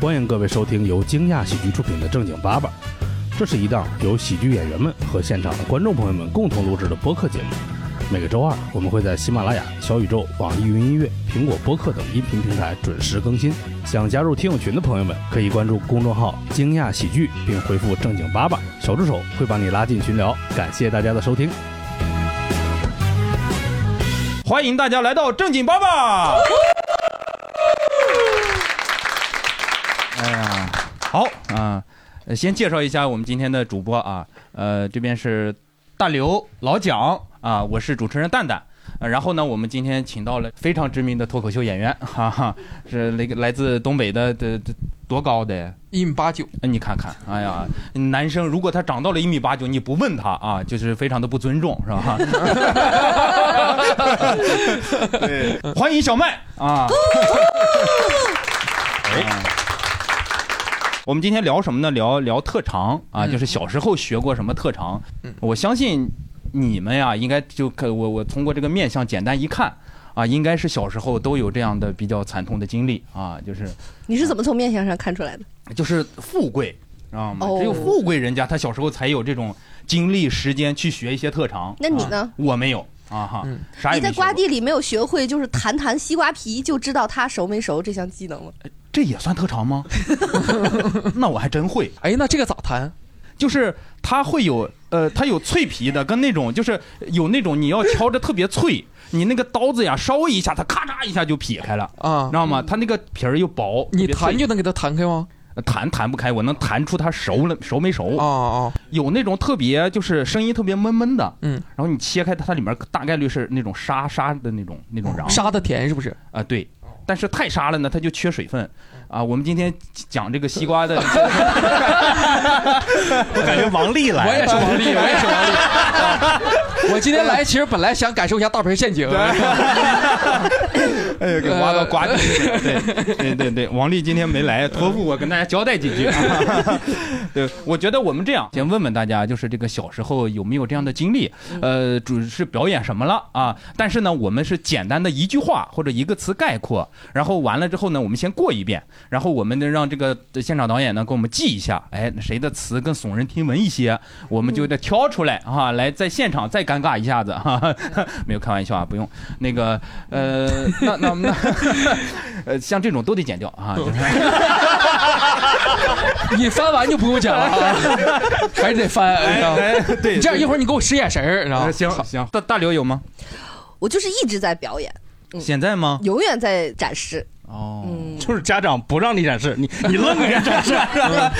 欢迎各位收听由惊讶喜剧出品的《正经八百》，这是一档由喜剧演员们和现场的观众朋友们共同录制的播客节目。每个周二，我们会在喜马拉雅、小宇宙、网易云音乐、苹果播客等音频平台准时更新。想加入听友群的朋友们，可以关注公众号“惊讶喜剧”，并回复“正经八百”，小助手会把你拉进群聊。感谢大家的收听。欢迎大家来到正经爸爸。哎呀，好啊、呃先介绍一下我们今天的主播啊，呃，这边是大刘、老蒋啊、我是主持人蛋蛋。呃然后呢，我们今天请到了非常知名的脱口秀演员， 哈哈，是那个来自东北的，的的多高的？一米八九。你看看，哎呀，男生如果他长到了一米八九，你不问他啊，就是非常的不尊重，是吧？对，嗯欢迎小麦 啊！哎我们今天聊什么呢？聊聊特长嗯啊，就是小时候学过什么特长。我相信你们呀，应该就可我我通过这个面相简单一看啊，应该是小时候都有这样的比较惨痛的经历啊，就是你是怎么从面相上看出来的？就是富贵，知道吗？哦只有富贵人家，他小时候才有这种精力、时间去学一些特长。那你啊呢嗯我没有啊哈，啥你也没在学瓜过。地里没有学会就是弹弹西瓜皮就知道它熟没熟这项技能吗？这也算特 长吗？那我还真会。哎，那这个咋弹？就是它会有呃，它有脆皮的，跟那种就是有那种你要敲着特别脆，你那个刀子呀稍微一下，它咔嚓一下就撇开了啊，知道吗？它那个皮儿又薄，你弹就能给它弹开吗？弹弹不开，我能弹出它熟了熟没熟。哦哦，有那种特别就是声音特别闷闷的，嗯，然后你切开它，它里面大概率是那种沙沙的那种那种瓤，沙的甜是不是？啊、对，但是太沙了呢，它就缺水分。啊，我们今天讲这个西瓜 的，我感觉王丽来了我也是王丽我也是王丽 我今天来，其实本来想感受一下大盆陷阱，哎呀，给挖到瓜地去了。对对对对，王丽今天没来，托付我跟大家交代几句。 对，我觉得我们这样，先问问大家，就是这个小时候有没有这样的经历？呃，主是表演什么了啊？但是呢，我们是简单的一句话或者一个词概括，然后完了之后呢，我们先过一遍，然后我们呢让这个现场导演呢给我们记一下，哎，谁的词更耸人听闻一些，我们就得挑出来啊，来在现场再尴尬一下子哈、哈，没有开玩笑啊，不用那个呃，那那那呃，像这种都得剪掉啊。就是 你翻完就不用讲了啊，还是得翻。哎哎对哎你这样一会儿你给我使眼神儿，你知道吗？行行，大大刘有吗？我就是一直在表演，嗯现在吗？永远在 展示。哦，就是家长不让你展示，你你愣给人展示，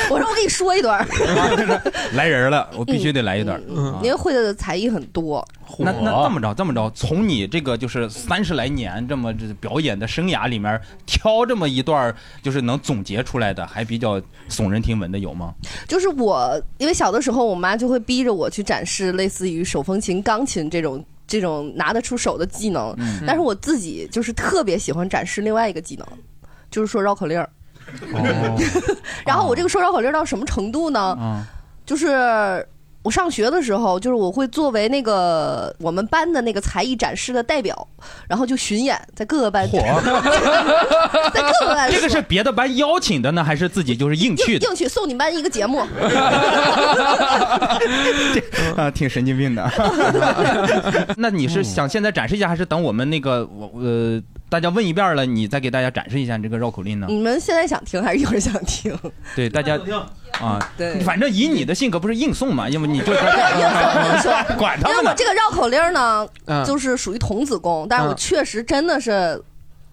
我说我给你说一段儿，啊来人了，我必须得来一段。啊您会的才艺很多，那那这么着，这么着，从你这个就是三十来年这么这表演的生涯里面，挑这么一段儿就是能总结出来的，还比较耸人听闻的有吗？就是我，因为小的时候我妈就会逼着我去展示类似于手风琴、钢琴这种这种拿得出手的技能，嗯但是我自己就是特别喜欢展示另外一个技能，就是说绕口令儿。哦 然后我这个说绕口令儿到什么程度呢？嗯就是我上学的时候，就是我会作为那个我们班的那个才艺展示的代表，然后就巡演在各个 班。在各个班这个是别的班邀请的呢，还是自己就是 硬去硬的？硬去送你们班一个节目， 啊，挺神经病嗯的。 那你是想现在展示一下，还是等我们那个我呃大家问一遍了，你再给大家展示一下你这个绕口令呢？你们现在想听还是一会儿想 听？对大家啊，对反正以你的性格不是硬送嘛，要么你就是 管他们因为我呢。这个绕口令儿呢，嗯就是属于童子功，但是我嗯确实真的是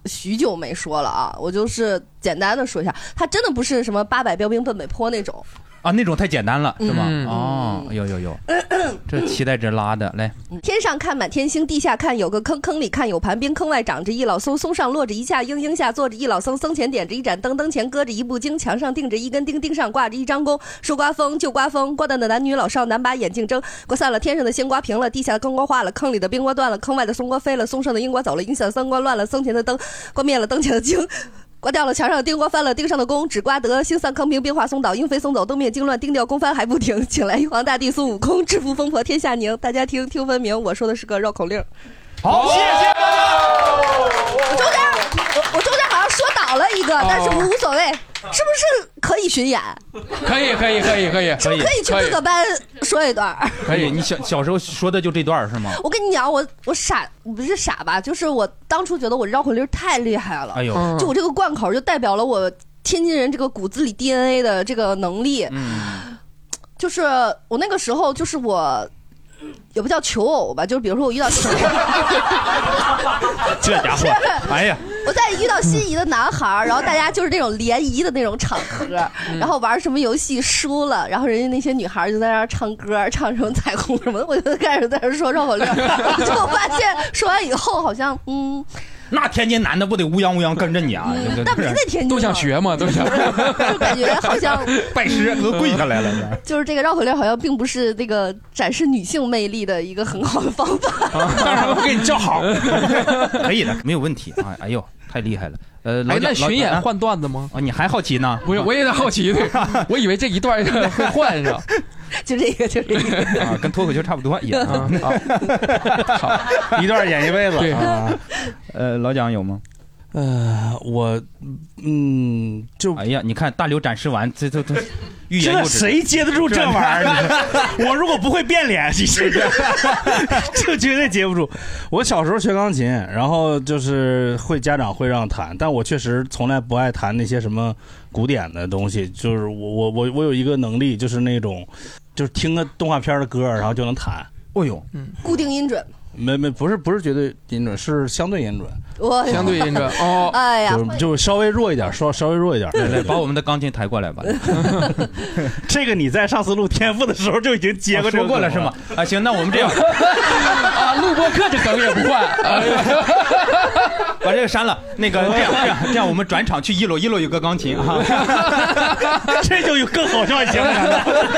许久没说了啊。我就是简单的说一下，它真的不是什么八百标兵奔北坡那种。 啊，那种太简单了，是吗？嗯哦，有有有，嗯这期待值拉的，来，天上看满天星，地下看有个坑，坑里看有盘冰，坑外长着一老松，松上落着一下鹰，鹰下坐着一老僧，僧前点着一盏灯，灯前搁着一部经，墙上钉着一根钉，钉上挂着一张弓。说刮风就刮风，刮断的男女老少，男把眼镜睁，刮散了天上的星瓜平了，地下的坑瓜化了，坑里的冰瓜断了，坑外的松瓜飞了，松上的鹰瓜走了，鹰下的三瓜乱了，僧前的灯刮灭了，灯前的 经。刮掉了墙上的钉，刮翻了钉上的弓，只刮得星散坑平，冰化松倒，鹰飞松走，灯灭惊乱，钉掉弓翻还不停。请来玉皇大帝孙悟空，制服疯婆天下宁。大家听 听分明，我说的是个绕口令。好，谢谢大家。我中间，我我中间好像说倒了一个，但是无所谓。哎是不是可以巡演？ 可以可以可以可以，是不是可以去各个班说一段儿？可以，你小小时候说的就这段儿是吗？我跟你讲，我我傻不是傻吧，就是我当初觉得我绕口令太厉害了，哎呦嗯就我这个贯口就代表了我天津人这个骨子里 DNA 的这个能力。嗯，就是我那个时候，就是我也不叫求偶吧，就是比如说我遇到心，这家伙，哎呀，我在遇到心仪的男孩儿，然后大家就是那种联谊的那种场合，嗯然后玩什么游戏输了，然后人家那些女孩儿就在那儿唱歌，唱什么彩虹什么的，我就开始在那儿说绕口令儿， 结果发现说完以后好像嗯。那天津男的不得乌泱乌泱跟着你啊？这这那不是在天津吗都想学嘛，都想。 就感觉好像 拜师都跪下来了。这 就是这个绕口令好像并不是那个展示女性魅力的一个很好的方法。 当然我给你叫好，可以的，没有问题啊！哎呦，太厉害了！呃，老哎，蒋那老巡演啊换段子吗？啊，你还好奇呢？我我也在好奇， 对我以为这一段会换上。 就这个，就这个。 啊，跟脱口秀差不多也 啊，好一段演一辈子。对啊，呃，老蒋有吗？呃，我嗯，就哎呀，你看大刘展示完，这这这欲言这又止。谁接得住这玩意儿？你我如果不会变脸，你是 这绝对接不住。我小时候学钢琴，然后就是会家长会让弹，但我确实从来不爱弹那些什么古典的东西。就是我我我我有一个能力，就是那种就是听个动画片的歌，然后就能弹。嗯哦呦，固定音准，没没不是不是绝对音准，是相对音准， 我相对音准哦， 哎呀，就是就稍微弱一点，稍稍微弱一点。来来，把我们的钢琴抬过来吧。 这个你在上次录天赋的时候就已经接过这个哎说过了是吗？？啊，行，那我们这样啊，录播课这梗也不 换，哎呀把这个删了。那个这样这样这样，我们转场去一楼，一楼有个钢 琴啊，这就有更好笑一些了。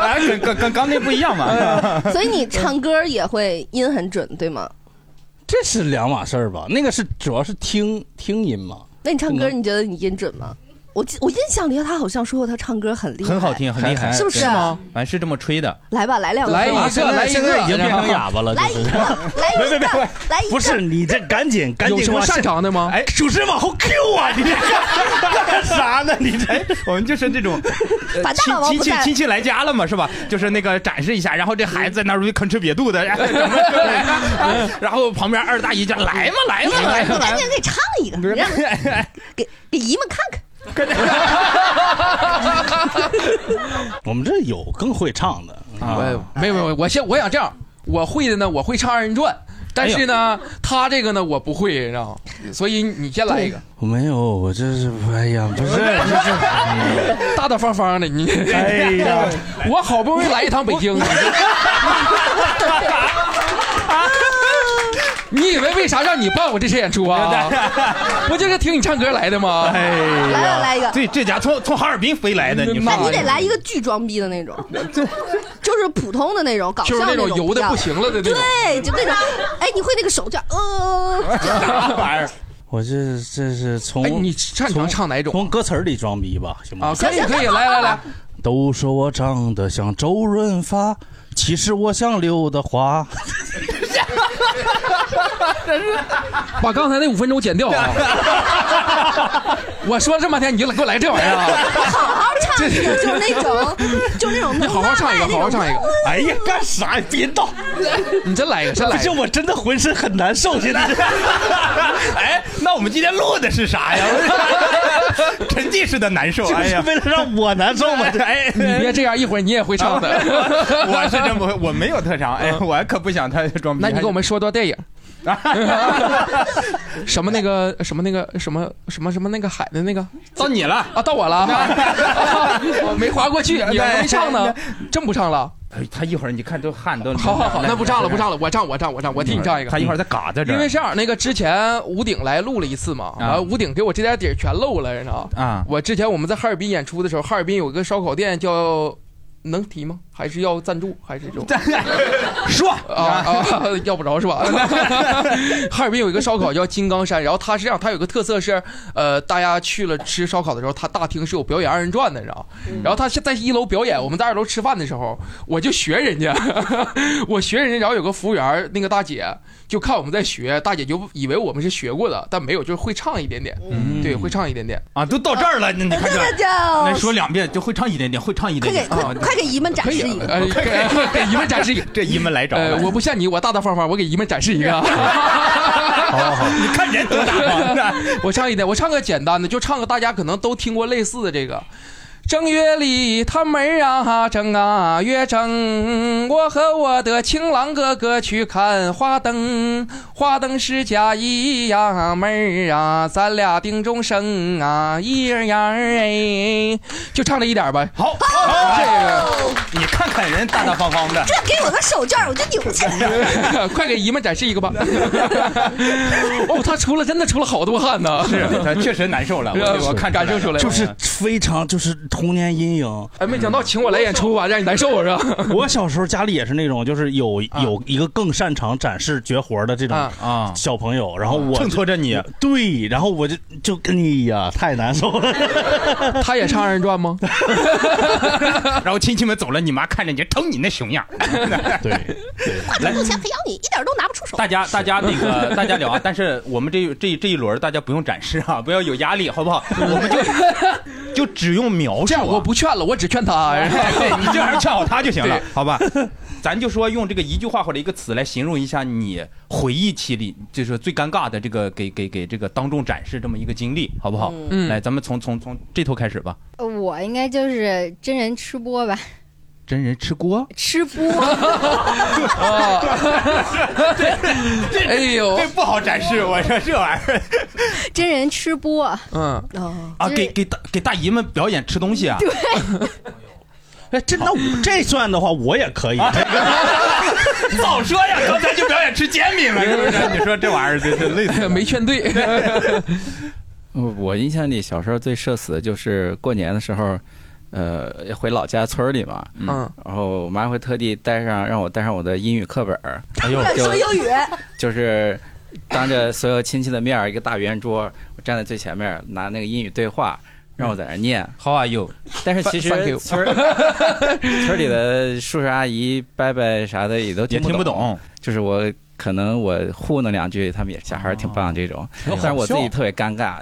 哎跟跟跟刚那不一样哎嘛。 所以你唱歌也会音很准，对吗？这是两码事儿吧？那个是主要是听听音嘛，那你唱歌，嗯你觉得你音准吗？我记我印象里他好像说过他唱歌很厉害，很好。听，很厉哎害，是不是对啊？俺是这么吹的，来吧，来两个，来一来个，来一现个在已经变成然后哑巴了，一就 是。，个来一别别别个，来一不个。是你这赶紧赶紧有什么往下擅？长的吗？哎，主持 人往后 Q 啊！你这干干啥呢？你这哎，我们就是这种呃把大亲宝宝亲不戚带亲戚来家了嘛，是吧？就是那个展示一下，然后这孩子在那儿吭哧瘪肚的，然后咱们就来 啊然后旁边二大姨就来嘛来嘛来嘛你赶来紧给唱一个，嘛让给给姨们看看。我们这有更会唱的，啊！没有没有，我先我想这样，我会的呢，我会唱二人转，但是哎呢，他这个呢我不会，然后所以你先来一个，我没有，我这是哎呀，不 是，大大方方 的 你， 哎呀，我好不容易来一趟北京，你以为为啥让你办我这次演出 啊？不就是听你唱歌来的吗？来吧，来一个。对，哎这家从从哈尔滨飞来的，你那放那你得来一个巨装逼的那 种，就是普通的那种，搞笑就是那种种油的不行了的那种。对，就那种，哎，你会那个手绢，呃，啥玩意儿？我这这是从哎，你擅长唱哪种从歌词儿里装逼吧，行啊？吗？可以可以，来来来，都说我长得像周润发，其实我像刘德华。把刚才那五分钟剪掉 啊！我说了这么半天，你就给我来这玩意儿啊！好好唱一个，就是那种，就 是那种你能好好唱一个，卖那种好好唱一个，哎呀，干啥呀？别闹！你真来一个，真不来一是， 个。我真的 浑身很难受，现在。 哎，那我们今天录的是啥呀？ 沉浸式的难受，哎是呀，为了让我难受吗？ 哎。你别 这样，一会儿你也会 唱的。我是真不会，我没有特长，哎，我可不想他装逼。嗯那你给我们说段电影，什么那个什么那个什么什么什么那个海的那个到你了，啊，到我了， 啊没划过去，你还没唱呢， 真不唱了。哎他一会儿你看都汗都。好好好，那不唱了，不了。唱了，我唱我唱我唱，我替你唱一个。他一会儿再嘎在这儿。因为这样，那个之前吴鼎来录了一次嘛，啊完、吴鼎给我这点底儿全漏了，你知道吗？啊，我之前我们在哈尔滨演出的时候，哈尔滨有一个烧烤店叫能提吗？还是要赞助？还是这种？ 说啊啊， 要不着是吧？哈尔滨有一个烧烤叫金刚山，然后它是这样，它有一个特色是，呃，大家去了吃烧烤的时候，它大厅是有表演二人转的，你知道？嗯然后他是在一楼表演，我们在二楼吃饭的时候，我就学人家， 我学人家，然后有个服务员那个大姐就看我们在学，大姐就以为我们是学过的，但没有，就是会唱一点点，嗯对，会唱一点点。啊，都到这儿了，那你看真这的，那叫说两遍就会唱一点点，会唱一快点给点快啊。快给姨们展可以示一啊，个。呃， 给给你们展示一个。这一门来着呃，了，我不像你，我大大方方，我给姨们展示一个。好好， 你看人多大方，啊 我唱一点，我唱个简单的，就唱个大家可能都听过类似的这个。正月里，他们儿啊正啊月正，我和我的情郎哥哥去看花灯，花灯是嫁衣呀，妹儿啊，咱俩定终生啊，一儿呀儿哎，就唱这一点儿吧。好，这哦，你看看人大大方方的，这给我个手绢儿，我就扭起来。 快给姨们展示一个吧！ 哦，他出了，真的出了好多汗呢。 是他确实难受了， 是吧我我看感受出来来了啊就是非常就是童年阴影。哎，没 想到请我来演出吧，让你难受是吧？ 我小时候家里也是那种，就是有啊有一个更擅长展示绝活的这种啊了啊，小朋友，然后我衬托着你，对，然后我就就跟你呀，太难受了。他也唱二人转吗？ 然后亲戚们走了，你妈看着你，疼你那熊样。 对，来，以前可咬你，一点都拿不出手。大家大家那个大家聊啊，但是我们这这这一轮大家不用展示啊，不要有压力，好不好？我们 就就只用描述啊。这样我不劝了，我只劝他。对你这玩意儿劝好他就行了对，好吧？咱就说用这个一句话或者一个词来形容一下你回忆起里就是最尴尬的这个给给给这个当众展示这么一个经历，好不好？嗯来，咱们从从从这头开始吧。呃我应该就是真人吃播吧， 真人吃锅， 吃 播啊，哦 哎呦，这不好展示，我说这玩意儿 真人吃播，嗯，哦，啊，就给是给大给大姨们表演吃东西啊， 哎，这那我这算的话，我也可以。 啊 早说呀，刚才就表演吃煎饼 了，是不是？ 你说 这玩意儿这这累死了。没劝对。我嗯我印象里小时候最社死的就是过年的时候，呃，回老家村儿里嘛，嗯，然后我妈会特地带上让我带上我的英语课本儿，哎呦，说英语，就是当着所有亲戚的面儿，一个大圆桌，我站在最前面儿拿那个英语对话。让我在那儿念， How are you？但是其实 Thank you 村儿村儿里的叔叔阿姨、伯伯啥的也都也听不懂，懂，就是我可能我糊弄两句，他们也小孩儿挺棒这种，但是我自己特别尴尬，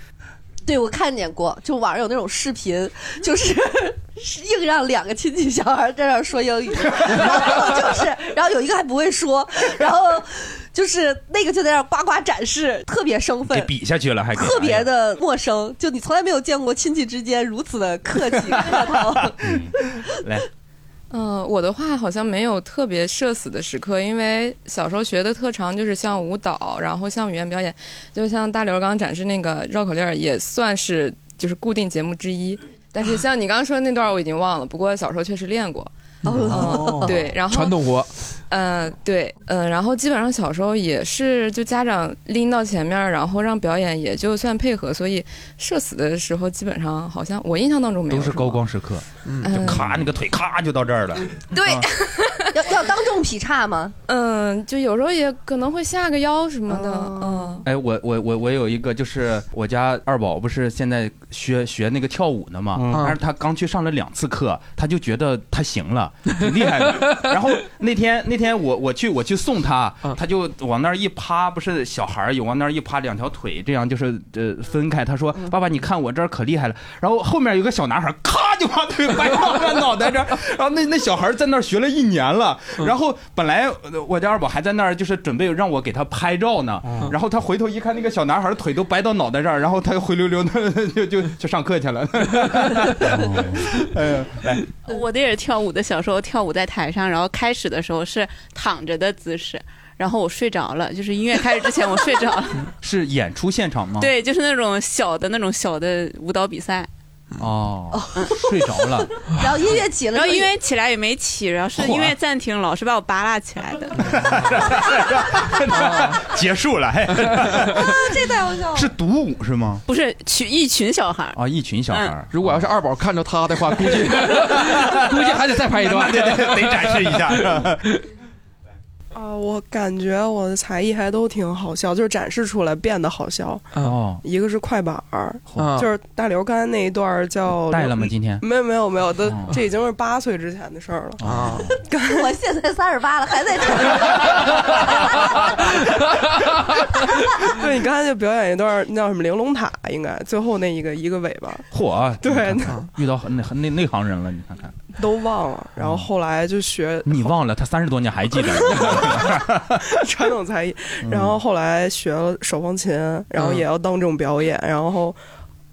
对我看见过，就网上有那种视频，就是 是硬让两个亲戚小孩在那儿说英语，然后就是，然后有一个还不会说，然后就是那个就在那儿呱呱展示，特别生给分。比下去了，还给哎特别的陌生，就你从来没有 见过亲戚之间如此的客气客套。嗯、我的话好像没有特别社死的时刻，因为小时候学的特长就是像舞蹈，然后像语言表演，就像大刘刚刚展示那个绕口令儿，也算是就是固定节目之一。但啊是像你刚刚说的那段儿我已经忘了，不过小时候确实 练过。哦嗯， 对，然后传 统活，嗯，对，嗯，然后基本上小时候也是就家长拎到前面儿，然后让表演，也就算配合，所以社死的时候基本上好像我印象当中没有都是什么高，光时刻，嗯，咔，那个腿咔就到这儿了。对， 要要当众劈叉吗？嗯，就有时候也可能会下个腰什么的，嗯哦哎，我我我我有一个，就是我家二宝不是现在学学那个跳舞呢嘛，但是他刚去上了两次课，他就觉得他行了，挺厉害的。然后那天那天我我去我去送他，嗯他就往那儿一趴，不是小孩儿有往那儿一趴，两条腿这样就是呃分开。他说：“爸爸，你看我这儿可厉害了。”然后后面有个小男孩儿，咔就把腿掰 到他脑袋这儿，然后那那小孩儿在那儿学了一年了。然后本来呃我家二宝还在那儿就是准备让我给他拍照呢，然后他回头一看，那个小男孩儿腿都掰到脑袋这儿，然后他灰溜溜的就就去上课去了。哎呀，来，我的也是跳舞的，小时候跳舞在台上，然后开始的时候是躺着的姿势，然后我睡着了，就是音乐开始之前我睡 着了，是演出现场吗？对，就是那种小的那种小的舞蹈比赛，哦，睡着 了，然后音乐起了，然后音乐起来也没起，然后是音乐暂停，老师把我扒拉起来的。哦结束了，嘿，这太好笑了。是独舞是吗？不是群一群小孩儿， 啊，一群小孩儿，哎啊如果要是二宝看着他的话，估计 估计还得再拍一段。 对对对，得展示一下。啊，我感觉我的才艺还都挺好笑，就是展示出来变得好笑。 哦，一个是快板儿，啊就是大刘刚才那一段儿叫带了吗？今天？没有没有没有，都哦这已经是八岁之前的事儿了。啊， 我现在三十八了，还在讲。 对你刚才就表演一段儿那叫什么玲珑塔，应该最后那一个一个尾巴嚯，对你看看遇到很内很内内行人了，你看看，都忘了，然后后来就学嗯你忘了他三十多年还记得， 传统才艺，嗯然后后来学了手风琴，然后也要当众表演，然后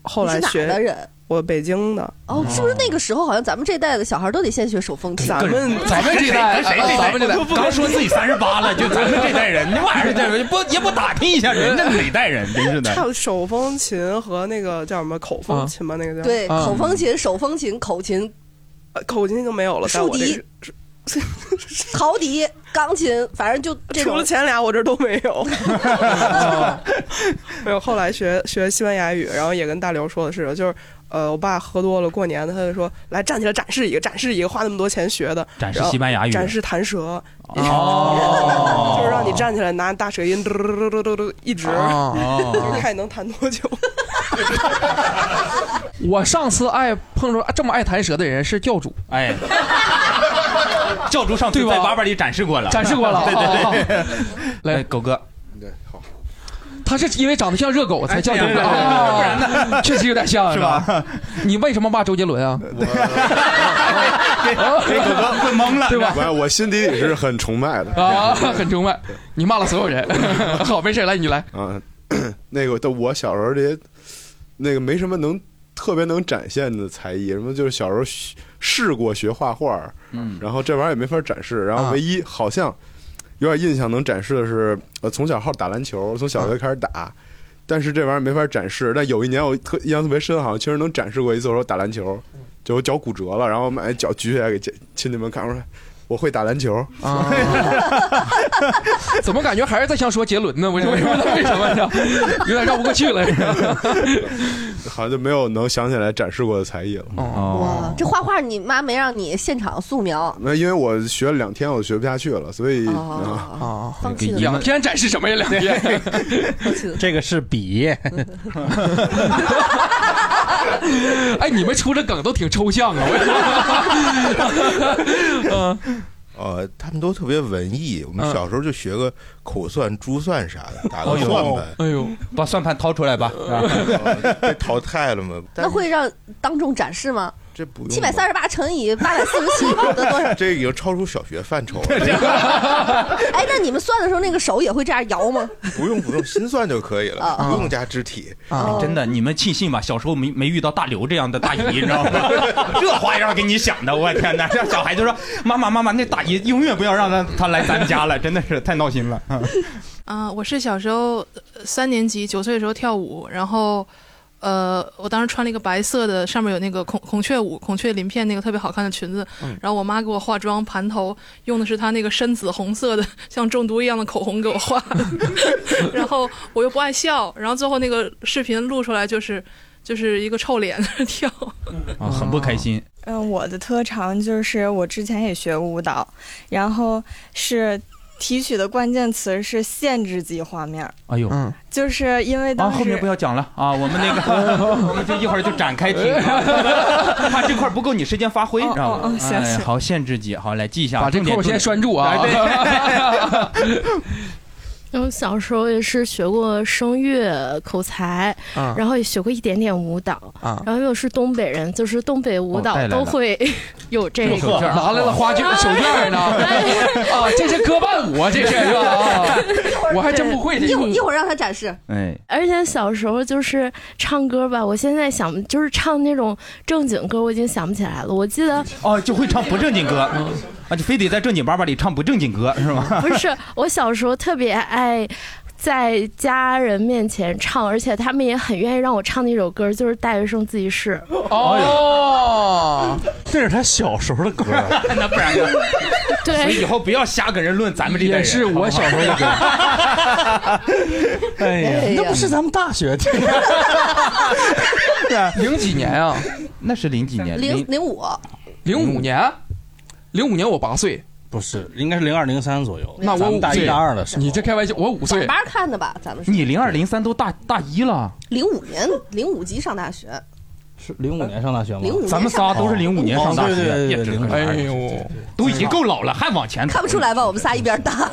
后来你是哪儿的学人？我北京的，哦，是不是那个时候好像咱们这代的小孩都得先学手风琴？咱们咱们这 代，谁这代咱们这代，刚说自己三十八了，就咱们这代人，那玩意儿这代人不也不打听一下人家哪代人，真是差的。不多手风琴和那个叫什么口风琴吧，那个叫对，啊口风琴、手风琴、口琴、呃口琴就没有了，在竖我这笛个陶笛、钢琴，反正就这除种了。前俩我这都没有，哦 没有。后来学学西班牙语，然后也跟大刘说的是，就是呃，我爸喝多了，过年他就说来站起来展示一个，展示一个，花那么多钱学的，展示然后西班牙语展示弹舌，哦就是让你站起来拿大舌音嘟嘟嘟嘟嘟嘟一直，啊哦就是看你能弹多久。 我上次爱碰着这么爱弹舌的人是教主， 哎，教主上次对吧在八八里展示过了，展示过了。 哦对对对，对， 来哎狗哥，他是因为长得像热狗才叫教主，哎呀啊不然呢？ 确实有点像，是吧？你为什么骂周杰伦啊？给狗哥问懵了，对吧？我我心底里是很崇拜的啊，很崇拜，你骂了所有 人。好，没事，来你来。啊。 那个，但我小时候这些，那个没什么能特别能展现的才艺，什么就是小时候学试过学画画，嗯，然后这玩意儿也没法展示，然啊后唯一好像有点印象能展示的是，呃，从小好打篮球，从小学开始打，嗯但是这玩意儿没法展示。但有一年我特印象特别深，好像确实能展示过一次，我说打篮球，就我脚骨折了，然后把脚举起来给亲亲戚们看，我说我会打篮球。啊，怎么感觉还是在像说杰伦呢？为什么？为什么？为什么？有点绕不过去了。 好像就没有能想起来展示过的才艺了。哦哇，啊这画画你妈没让你现场素描那因为我学了两天，我学不下去了，所以、啊，哦，啊，放弃了，两天展示什么呀？两天。放弃了。这个是笔， 哎，你们出这梗都挺抽象 啊！我呃，他们都特别文艺。我们嗯小时候就学个口算、珠算啥 的，打个哦呦算盘，哎呦，把算盘掏 出来吧。呃被淘汰了嘛。那会让当众展示吗？这不用七百三十八乘以八百四十七得多 少？这已经超出小学范畴 了，哎，那你们算的时候，那个手也会这样摇吗？不用不用，心算就可以了，啊不用加肢体。哦哎真的，你们庆幸吧？小时候没没遇到大刘这样的大姨，你知 道吗？ 这花样给你想的，我天哪！这小孩就说：“妈妈，妈妈，那大姨永远不要让他他来咱们家了，真的是太闹心了。 啊、我是小时候呃三年级九岁的时候跳舞，然后呃，我当时穿了一个白色的，上面有那个孔孔雀舞、孔雀鳞片那个特别好看的裙子，然后我妈给我化妆盘头，用的是她那个深紫红色的像中毒一样的口红给我画 的，然后我又不爱笑，然后最后那个视频录出来就是就是一个臭脸在 那跳。啊，很不开心。嗯，我的特长就是我之前也学舞蹈，然后是提取的关键词是限制级画面，哎呦，嗯就是因为啊，后面不要讲了啊，我们 那个，哦 我们就一会儿就展开 听，啊怕这块不够你时间发挥，知道哦吗哦？行哎，行好，限制级，好，来记一下，把这重点扣先重拴住啊！点然后小时候也是学过声乐、口才，啊然后也学过一点点舞蹈，啊，然后又是东北人，就是东北舞哦带蹈来了都 会有这对，个。这手绢儿拿来了呃花卷手绢呢？啊， 这是歌伴舞啊，这是啊！我还真不会一这会儿一个。会儿让他展示，哎，而且小时候就是唱歌吧，我现在想就是唱那种正经歌，我已经想不起来了。我记得哦，就会唱不正经歌， 啊，就非得在正经八八里唱不正经歌是吗？ 不是我小时候特别爱在家人面前唱，而且他们也很愿意让我唱的一首歌，就是大学生自习室。哦，这是他小时候的歌，那不 然呢？所以以对，后不要瞎跟人论咱们这代人。也是我小时候的歌好不好。 哎哎呀那不是咱们大学 听的。零几年啊？那是零几年零零五，零五年，啊零五年我八岁，嗯不是，应该是零二零三左右。那咱我们五大岁一大二的时候，你这开玩哎笑，我五岁网，吧看的吧，咱们是你零二零三都大大一了，零五年零五级上大学，是零五呃年上大学吗？ 05咱们仨都是年零五年上大学，对也对对只对，能05哎二年十都已经够老了，还往前走，看不出来吧？我们仨一边大，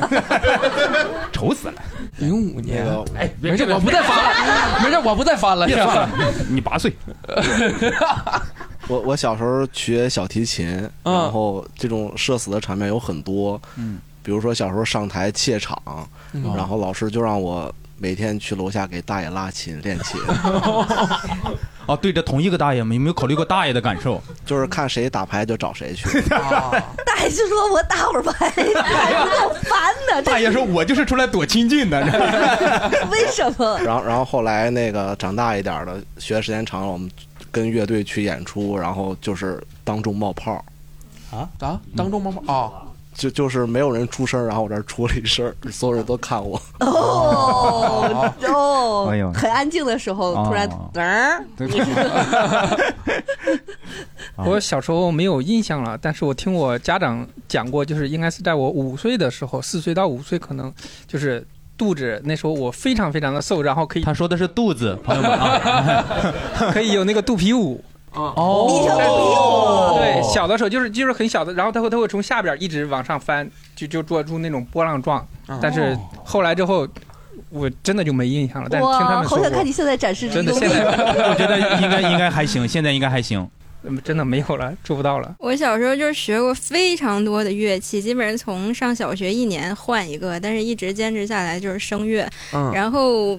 愁死了。零五年，啊哎，没事，我不再翻了，没事，我不再翻了，别是吧翻了，你八岁， 我我小时候学小提琴，然后这种社死的场面有很多，嗯，比如说小时候上台怯场，嗯然后老师就让我每天去楼下给大爷拉琴练琴，哦，对着同一个大爷吗？有没有考虑过大爷的感受？就是看谁打牌就找 谁去。大爷就说我打会儿牌，大爷够烦的。这大爷说：“我就是出来躲亲近的。为什么？ 然后然后后来那个长大一点的，学的时间长了，我们跟乐队去演出，然后就是当众冒泡，啊啊，当众冒泡啊。就就是没有人出声，然后我这儿出了一声， 所有人都看我。哦哎呦哦，很安静的时候，突然噔儿，啊我小时候没有印象了，但是我听我家长讲过，就是应该是在我五岁的时候，四岁到五岁可能就是肚子那时候我非常非常的瘦，然后可以他说的是肚子，朋友们哎 啊，可以有那个肚皮舞。哦你跳哦肚皮舞对，小的时候就是就是很小的，然后他会他会从下边一直往上翻，就就做出那种波浪状哦。但是后来之后，我真的就没印象了。但是听他哇，们说好过，想看你现在展示这真个的东西现。在我觉得应该应该还行，现在应该还行。嗯真的没有了，做不到了。我小时候就是学过非常多的乐器，基本上从上小学一年换一个，但是一直坚持下来就是声乐，嗯然后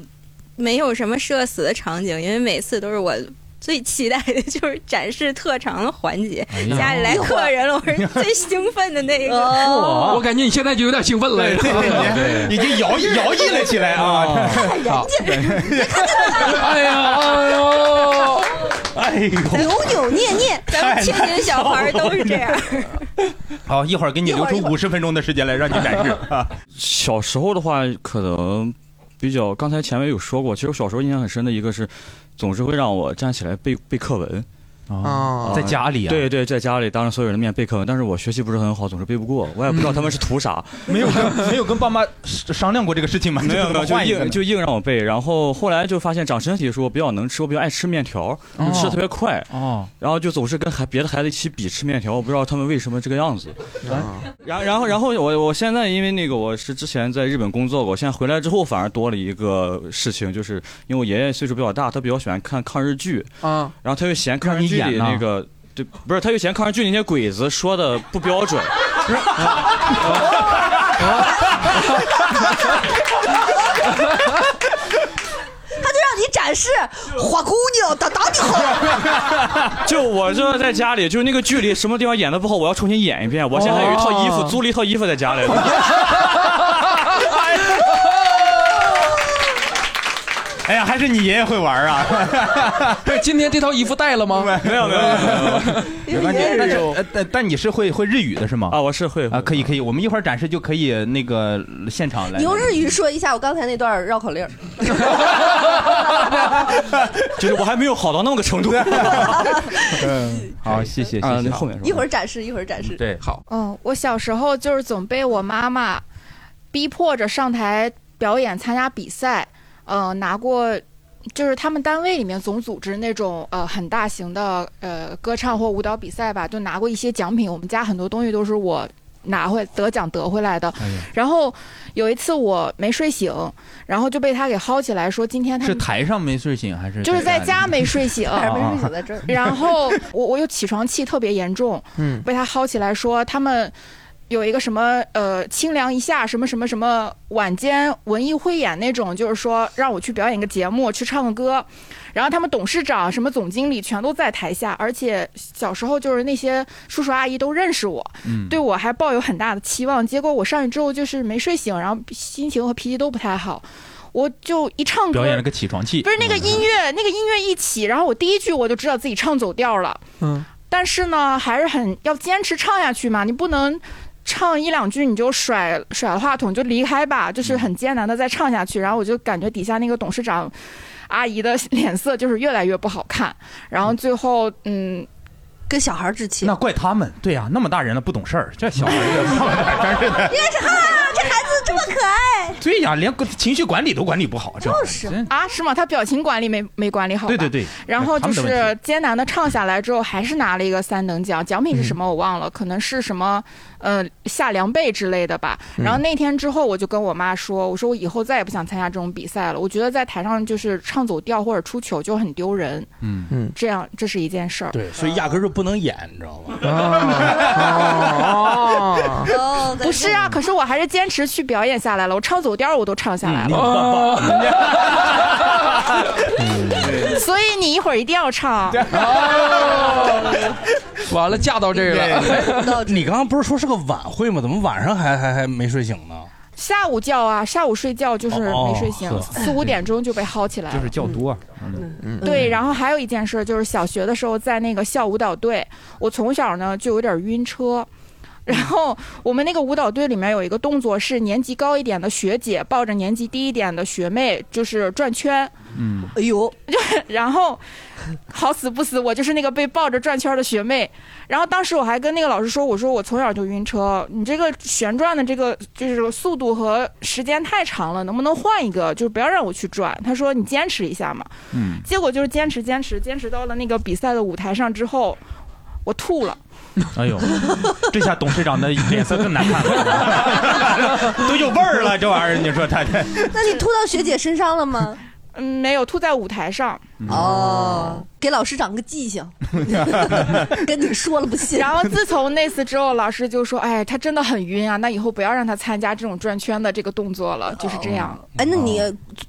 没有什么社死的场景，因为每次都是我。最期待的就是展示特长的环节，哎呀家里来客人了，我是最兴奋的那一哦哦个。我感觉你现在就有点兴奋了，已经摇一摇曳了起来啊！哦人家，哎呀，哎呦，哎呦，扭扭捏捏，咱们青年小孩都是这样。好，一会儿给你留出五十分钟的时间来让你展示啊。小时候的话，可能比较刚才前面有说过，其实我小时候印象很深的一个是，总是会让我站起来背背课文。哦在家里啊对对，在家里当着所有人的面背课文，但是我学习不是很好，总是背不过，我也不知道他们是图啥， 没有 跟没有跟爸妈商量过这个事情吗？没有这没有，怎么就换一个硬呢就硬让我背，然后后来就发现长身体的时候我比较能吃，我比较爱吃面条，哦吃的特别快，哦，然后就总是跟孩别的孩子一起比吃面条，我不知道他们为什么这个样子。啊然然后然后我我现在因为那个我是之前在日本工作过，现在回来之后反而多了一个事情，就是因为我爷爷岁数比较大，他比较喜欢看抗日剧，啊，然后他又嫌抗日剧让你里演呢那个。对，不是，他又嫌抗日剧里那些鬼子说的不标准，不是他就让你展示花姑娘打打你好， 就我这在家里，就是那个剧里什么地方演的不好，我要重新演一遍。我现在有一套衣服，哦租了一套衣服在家里。哎呀，还是 你爷爷会玩 啊！对，今天这套衣服带了吗？没有没有没关系，但是呃但但你是会会日语的是吗？啊，我是会啊，可以可以，我们一会儿展示就可以那个现场来你。用日语说一下我刚才那段绕口令儿。就是我还没有好到那么个程度。 啊嗯，好，谢谢谢谢。后面一会儿展示，一会儿展示。对，好，嗯，我小时候就是总被我妈妈逼迫着上台表演、参加比赛，呃，拿过。就是他们单位里面总组织那种呃很大型的呃歌唱或舞蹈比赛吧，就拿过一些奖品。我们家很多东西都是我拿回得奖得回来的。嗯然后有一次我没睡醒，然后就被他给薅起来说今天他是们台上没睡醒还是？就是在 家没睡醒，还是没 睡醒在这儿然后我我有起床气特别严重，嗯被他薅起来说他们有一个什么呃清凉一下什么什么什么晚间文艺汇演那种，就是说让我去表演个节目，去唱个歌。然后他们董事长、什么总经理全都在台下，而且小时候就是那些叔叔阿姨都认识我，嗯对我还抱有很大的期望。结果我上去之后就是没睡醒，然后心情和脾气都不太好。我就一唱歌表演了个起床气，嗯不是那个音乐，那个音乐一起，然后我第一句我就知道自己唱走调了。嗯，但是呢，还是很要坚持唱下去嘛，你不能唱一两句你就甩甩了话筒就离开吧，就是很艰难的再唱下去。然后我就感觉底下那个董事长阿姨的脸色就是越来越不好看，然后最后嗯，跟小孩置气，那怪他们，对呀、那么大人了不懂事儿，这小孩儿真是的，是啊，这孩子这么可爱，对呀、连情绪管理都管理不好，这真啊，是吗？他表情管理没没管理好吧，对对对然后他就们的问是艰难的唱下来之后，还是拿了一个三等奖，奖品是什嗯么我忘了，可能是什么呃夏凉被之类的吧。嗯然后那天之后，我就跟我妈说，我说我以后再也不想参加这种比赛了，我觉得在台上就是唱走调或者出糗就很丢人，嗯嗯，这样这是一件事儿。对，所以压根儿就不能演，你知道吗？啊哦 哦，不是啊，可是我还是坚持去表演下来了，我唱走调我都唱下来了。嗯嗯 所以你一会儿一定要 唱。完了嫁到这儿 了。你刚刚不是说是个晚会吗？怎么晚上还还还没睡醒呢？下午觉啊，下午睡觉就是没睡醒哦，四五点钟就被薅起来了。较多，嗯对，然后还有一件事就是小学的时候在那个校舞蹈队，我从小呢就有点晕车。然后我们那个舞蹈队里面有一个动作是年级高一点的学姐抱着年级低一点的学妹，就是转圈。嗯，哎呦， 然后好死不死，我就是那个被抱着转圈的学妹。然后当时我还跟那个老师说：“我说我从小就晕车，你这个旋转的这个就是速度和时间太长了，能不能换一个？就是不要让我去转。”他说：“你坚持一下嘛。”嗯结果就是坚持坚持坚持到了那个比赛的舞台上之后，我吐了。哎呦，这下董事长的脸色更难看了， 都有味儿了，这玩意儿，你说他他那你吐到学姐身上了吗？嗯，没有，吐在舞台上。哦，给老师长个记性， 跟你说了不信。然后自从那次之后，老师就说：“哎，他真的很晕啊，那以后不要让他参加这种转圈的这个动作了。”就是这样。哎，那你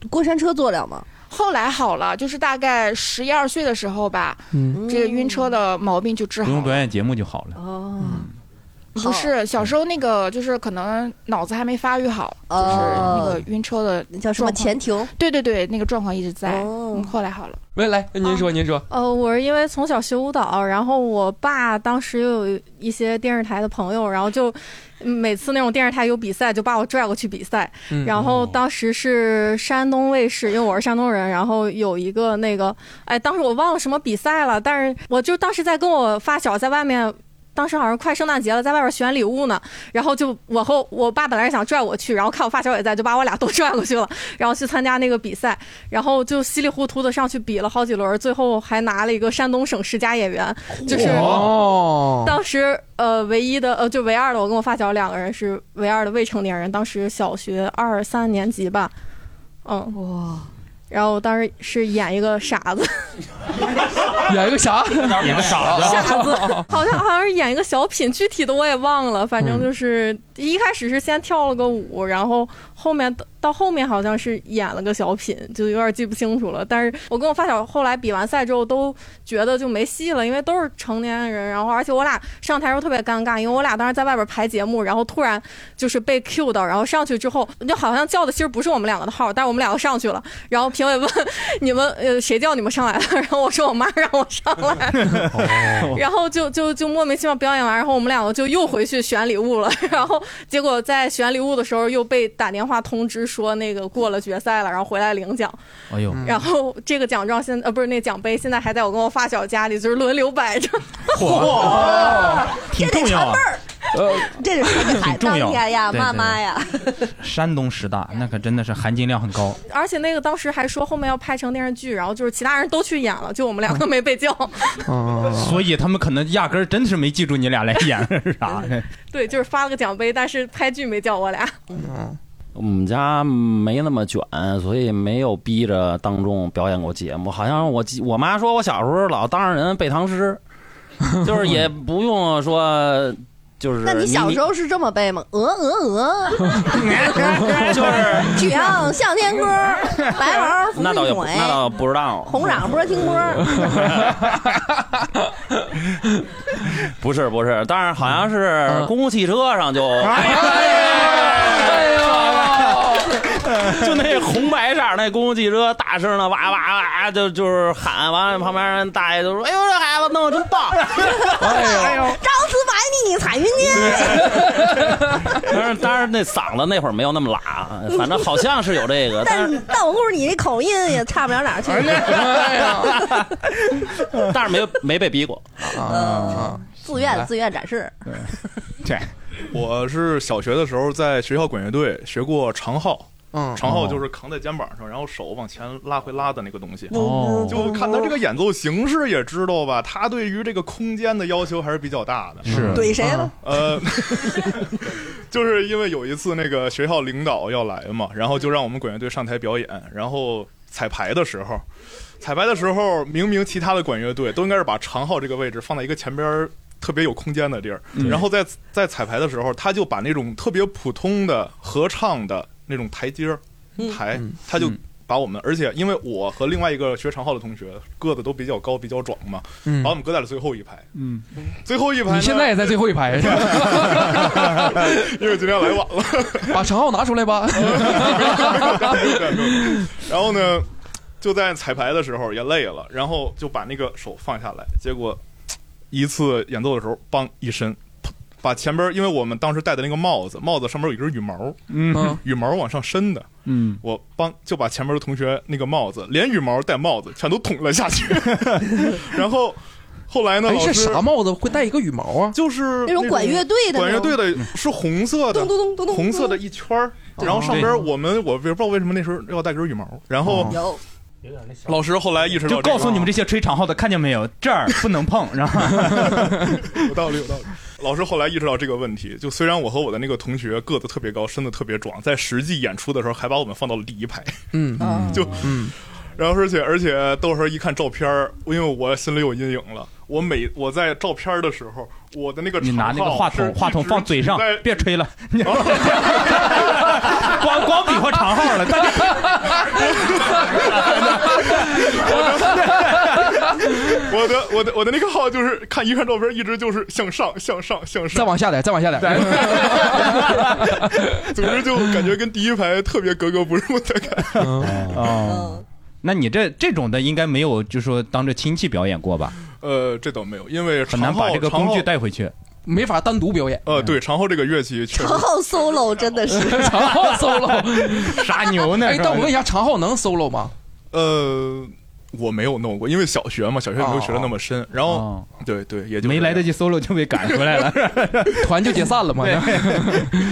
过山车坐了吗？后来好了，就是大概十一二岁的时候吧，嗯这个晕车的毛病就治不好用了。表演节目就好了。哦，不是小时候那个，就是可能脑子还没发育好，就是那个晕车的哦叫什么前庭？哦对对对，那个状况一直在。嗯，后来好了。喂，来，您说，您说，呃，我是因为从小学舞蹈，然后我爸当时又有一些电视台的朋友，然后就每次那种电视台有比赛，就把我拽过去比赛。嗯然后当时是山东卫视，因为我是山东人，然后有一个那个，哎，当时我忘了什么比赛了，但是我就当时在跟我发小在外面。当时好像快圣诞节了，在外边选礼物呢，然后就我和我爸本来是想拽我去，然后看我发小也在，就把我俩都拽过去了，然后去参加那个比赛，然后就稀里糊涂的上去比了好几轮，最后还拿了一个山东省十佳演员，就是哦当时呃唯一的呃就唯二的，我跟我发小两个人是唯二的未成年人，当时小学二三年级吧，嗯哇，然后当时是演一个傻子。演一个啥？演个傻 子傻 子，好像好像是演一个小品，具体的我也忘了。反正就是一开始是先跳了个舞，然后后面到后面好像是演了个小品，就有点记不清楚了。但是我跟我发小后来比完赛之后都觉得就没戏了，因为都是成年人，然后而且我俩上台时候特别尴尬，因为我俩当时在外边排节目，然后突然就是被 Q 到，然后上去之后就好像叫的其实不是我们两个的号，但是我们两个上去了， 然后评委问你们呃谁叫你们上来了， 然后我说我妈让我上来。然后就就就莫名其妙表演完，然后我们两个就又回去选礼物了。 然后结果在选礼物的时候又被打电话通知说那个过了决赛了，然后回来领奖。哎呦， 然后这个奖状现呃不是那奖杯现在还在我跟我发小家里，就是轮流摆 着。 嚯，挺重要啊。呃，这得传给孩 挺重子要呀呀对妈对妈对呀山东十大那可真的是含金量很高。 而且那个当时还说后面要拍成电视剧，然后就是其他人都去演了，就我们嗯两个没被叫。 所以他们可能压根儿真的是没记住你俩来演 是啥。对，就是发了个奖杯，但是拍剧没叫我俩。嗯我们家没那么卷，所以没有逼着当众表演过节目。好像我记我妈说我小时候老当着人背唐诗，就是也不用说，就是那你小时候是这么背吗？呃鹅鹅鹅，就是曲项向天歌，白毛浮那倒也云不水，那倒不知 道，红掌拨清波。不是不是，但是好像嗯啊哎是公共汽车上就。哎呀哎就那 红白色儿那公共汽车，大声的哇哇哇，就就是喊，完了旁边人大爷就说：“哎呦，这孩子弄得真棒！”哎呦，朝辞白帝，彩云间。当然当然那嗓子那会儿没有那么拉，反正好像是有这个，但但是是但我估计你这口音也差不了哪儿去。但是没有没被逼过啊。自愿来自愿展示， 对，我是小学的时候在学校管乐队学过长号。嗯长哦号就是扛在肩膀上，然后手往前拉回拉的那个东西。哦就看他这个演奏形式也知道吧，他对于这个空间的要求还是比较大的。是怼谁了？呃， 就是因为有一次那个学校领导要来嘛，然后就让我们管乐队上台表演，然后彩排的时候，彩排的时候明明其他的管乐队都应该是把长号这个位置放在一个前边儿特别有空间的地儿，嗯然后在在彩排的时候，他就把那种特别普通的合唱的那种台阶儿台，嗯他就。把我们，而且因为我和另外一个学长号的同学个子都比较高、比较壮嘛，嗯把我们搁在了最后一排。嗯，最后一排呢，你现在也在最后一 排是吧？ 因为今天来晚了，把长号拿出来 吧。 然后呢，就在彩排的时候也累了，然后就把那个手放下来，结果一次演奏的时候，梆一伸，噗把前边儿，因为我们当时戴的那个帽子，帽子上面有一根羽毛，嗯羽毛往上伸的，嗯，我帮就把前面的同学那个帽子，连羽毛带帽子全都捅了下去， 然后。后来呢？哎，老这师啥帽子会戴一个羽毛啊？嗯就是那种管乐队的那种管乐队的是红色的，红色的一圈儿，然后上边我们我也不知道为什么那时候要带根羽毛，然后哦有老师后来意识到这就个告诉你们这些吹长号的，看见没有，这儿不能碰，然后 有道理有道理。老师后来意识到这个问题，就虽然我和我的那个同学个子特别高，身子特别壮，在实际演出的时候还把我们放到了第一排，嗯哦就 嗯，然后而且而且到时候一看照片儿，因为我心里有阴影了。我每我在照片儿的时候，我的那个你拿那个长号话是筒，话筒放嘴上一直举在，别吹 了， 你光光比划长号了，大家哎 我的我的我的那个号就是看一看照片，一直就是向上向上向上，再往下点，再往下点。 嗯 总之就感觉跟第一排特别格格不入的感觉。哦，那你这这种的应该没有，就说当着亲戚表演过吧？ 呃，这倒没有，因为很难长号把这个工具带回去。 没法单独表演。呃，对，长号这个乐器 确实 长号 solo 真的是长号 solo，傻牛呢哎，是吧但我问一下，长号能 solo 吗？呃，我没有弄过，因为小学嘛，小学没有学的那么深。然后、哦对对，也就没来得及 solo 就被赶回来了， 团就解散了嘛。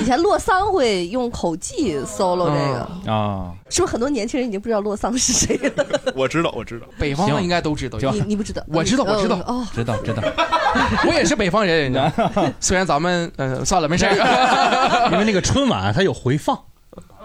以前洛桑会用口技 solo 这嗯个，啊，是不是很多年轻人已经不知道洛桑是谁了？我知道，我知道，北方的应该都知道。你你不知道？我知道，我知道，哦，知道知道。 我也是北方人，人家虽然咱们呃算了，没事儿。因为那个春晚它有回放，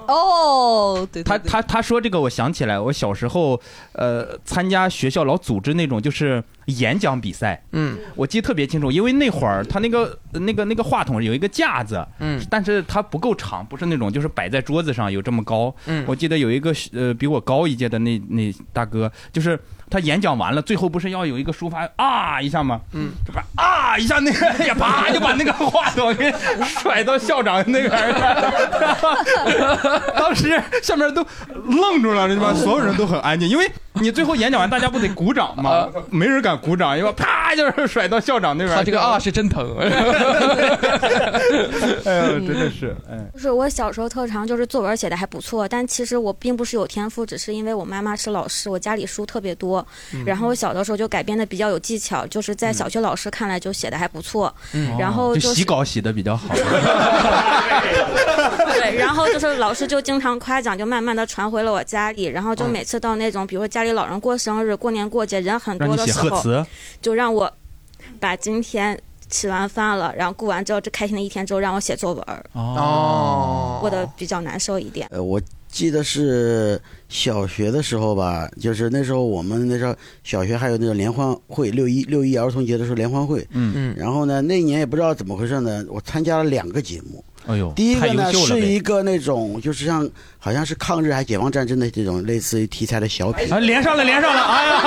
哦，对，他他他说这个，我想起来，我小时候呃参加学校老组织那种就是演讲比赛，嗯，我记得特别清楚，因为那会儿他那个那个那个话筒有一个架子，嗯，但是它不够长，不是那种就是摆在桌子上有这么高，嗯我记得有一个呃比我高一届的那那大哥，就是他演讲完了，最后不是要有一个抒发啊一下吗？嗯，就把啊一下那个，哎呀啪就把那个话筒给甩到校长那边儿了， 当时下面都愣住了，这帮所有人都很安静，因为你最后演讲完大家不得鼓掌吗？没人敢鼓掌，因为啪就是甩到校长那边儿去了。啊他这个啊是 真疼，哎呦真的是哎。就是我小时候特长就是作文写的还不错，但其实我并不是有天赋，只是因为我妈妈是老师，我家里书特别多，嗯然后我小的时候就改编的比较有技巧，就是在小学老师看来就写的还不错， 然后嗯哦就是洗稿洗的比较好，对，然后就是老师就经常夸奖，就慢慢的传回了我家里，然哦后就每次到那种，比如说家里老人过生日、过年过节人很多的时让你写贺候词，就让我把今天吃完饭了，然后过完之后这开心的一天之后让我写作文，哦，过得比较难受一点。呃，我记得是小学的时候吧，就是那时候我们那时候小学还有那个联欢会，六一六一儿童节的时候联欢会，嗯然后呢，那一年也不知道怎么回事呢，我参加了两个节目，哎呦，第一太个优呢秀了是呗。一个那种就是像好像是抗日还是解放战争的这种类似于题材的小品，啊，连上了，连上了！哎呀，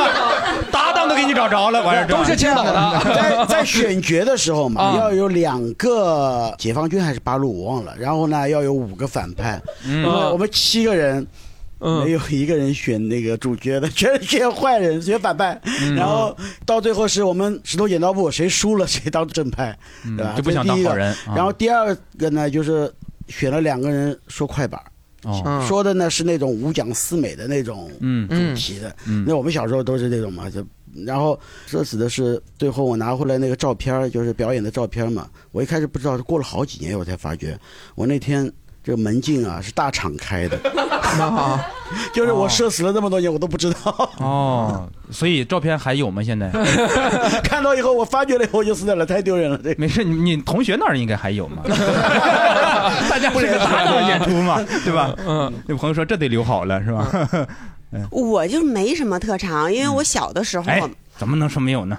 搭档都给你找着了，完事儿都是青岛 在在选角的时候啊嘛，要有两个解放军还是八路，我忘了。然后呢，要有五个反派。嗯我们我们七个人。没有一个人选那个主角的， 全是选坏人，选反派。嗯然后到最后是我们石头剪刀布，谁输了 谁当正派，对吧？嗯就不这是想当第一个好人啊然后第二个呢，就是选了两个人说快板，哦说的呢是那种五讲四美的那种嗯主题的。嗯那我们小时候都是那种嘛，就然后说死的是最后我拿回来那个照片儿，就是表演的照片嘛。我一开始不知道，过了好几年我才发觉，我那天这个门禁啊是大敞开的，就是我社死了这么多年，我都不知道。哦，所以照片还有吗？现在 看到以后，我发觉了以后我就死掉了，太丢人了。这没事，你你同学那儿应该还 有嘛？ 大家不是个搭档演出嘛，对吧？嗯，那朋友说这得留好了是 吧？我就没什么特长，因为我小哦的时候，哎，怎么能说没有 呢？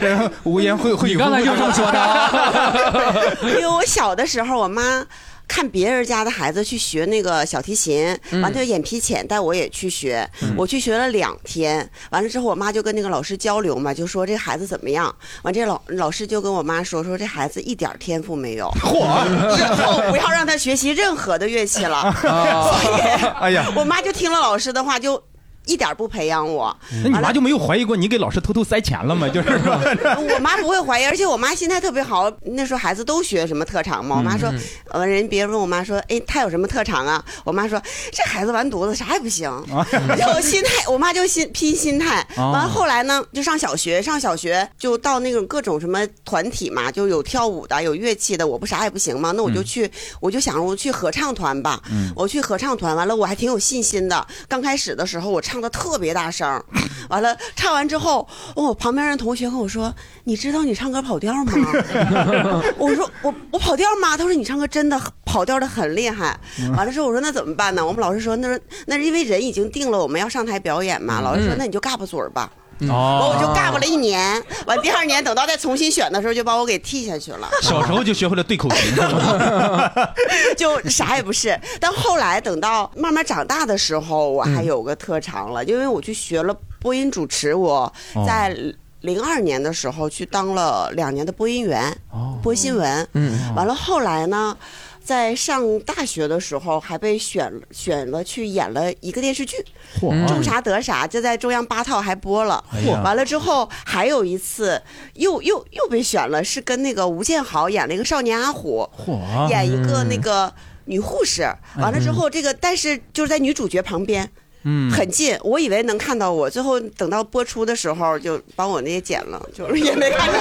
然后无言会会，你刚才就是这么说的的。因为我小的时候，我妈看别人家的孩子去学那个小提琴，嗯完就眼皮浅，带我也去学嗯，我去学了两天，完了之后，我妈就跟那个老师交流嘛，就说这孩子怎么样，完这老老师就跟我妈说说这孩子一点儿天赋没 有，之后不要让他学习任何的乐器 了，所以哎呀， 我妈就听了老师的话，就一点儿不培养我。那你妈就没有怀疑过你给老师偷偷塞钱了吗？就是说， 我妈不会怀疑，而且我妈心态特别好。那时候孩子都学什么特长嘛，我妈说嗯，呃，人别人问我妈说，哎，他有什么特长啊？我妈说，这孩子完犊子，啥也不行。然后心态，我妈就心拼心态。哦完了后来呢，就上小学，上小学就到那种各种什么团体嘛，就有跳舞的，有乐器的，我不啥也不行嘛，那我就嗯去，我就想我去合唱团吧。嗯我去合唱团，完了我还挺有信心的。刚开始的时候，我唱的特别大声儿，完了唱完之后，我、旁边的同学跟我说：“你知道你唱歌跑调吗？”我说：“我我跑调吗？”他说：“你唱歌真的跑调的很厉害。”完了之后我说：“那怎么办呢？”我们老师说：“那那是因为人已经定了，我们要上台表演嘛。”老师说：“嗯那你就嘎巴嘴儿吧。”哦嗯我就尬巴了一年，完第二年等到再重新选的时候，就把我给踢下去了。小时候就学会了对口 型，就啥也不是。但后来等到慢慢长大的时候，我嗯还有个特长了，因为我去学了播音主持，我哦在零二年的时候去当了两年的播音员，播新闻。哦嗯完了后来呢，在上大学的时候还被选选了去演了一个电视剧，嚯中啥得啥，就在中央八套还播了哎。呀完了之后还有一次又又又被选了，是跟那个吴建豪演了一个少年阿虎，嗯啊嚯演一个那嗯个女护士。完了之后，这个但是就是在女主角旁边。嗯很近，我以为能看到我，最后等到播出的时候就把我那些剪了，就是也没看着。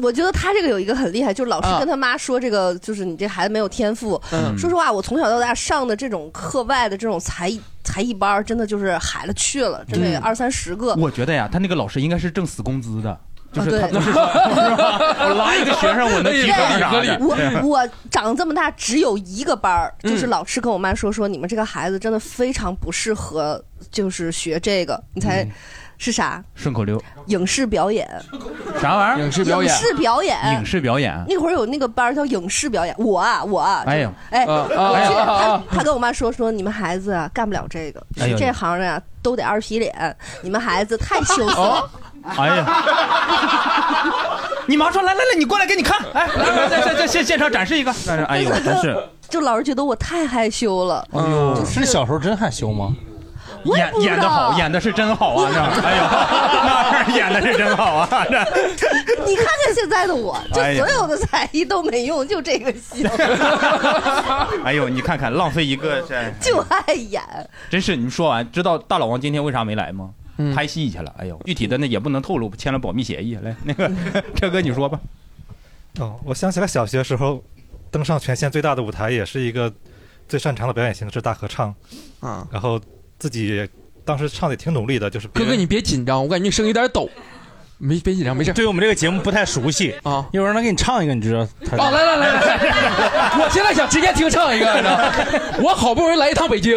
我觉得他这个有一个很厉害，就是嗯老师跟他妈说这个，就是你这孩子没有天赋。嗯说实话，我从小到大上的这种课外的这种才艺才艺班儿，真的就是海了去了，真的有嗯二三十个。我觉得呀，他那个老师应该是挣死工资的，啊就是对他不是说 是吧我拉一个学生我能提高啊啥的。 我我长这么大只有一个班儿，嗯就是老师跟我妈说说你们这个孩子真的非常不适合，就是学这个，你猜嗯是啥？顺口溜影视表演，啥玩意儿？影视表演影视表演影视表演。那会儿有那个班儿叫影视表演，我啊我啊，哎呀哎，啊我去，啊啊啊他他跟我妈说说，你们孩子啊干不了这个，哎学呦这行的啊都得二皮脸，你们孩子太羞涩了。哎啊呀，你妈说来来来，你过来给你看，哎，来来来，在在现现场展示一个。但是哎呦，真是，就老是觉得我太害羞了，哎呦，是小时候真害羞吗？我也不知道啊演的好，演的是真好啊！这，哎呦，那儿演的是真好啊！这，你看看现在的我，就哎呀所有的才艺都没用，就这个行，哎呦，你看看，浪费一个，这就爱演。真是你说完，知道大老王今天为啥没来吗？拍戏去了。哎呦，具体的那也不能透露，签了保密协议。来， 那个车哥你说吧。哦，我想起来小学时候登上全县最大的舞台，也是一个最擅长的表演形式——大合唱。啊，然后自己当时唱的挺努力的，就是哥哥你别紧张，我感觉你声有点抖。没别紧张，没事。对我们这个节目不太熟悉啊，一会儿能给你唱一个，你知道他？啊，来来来来来，我现在想直接听唱一个，你知道吗我好不容易来一趟北京，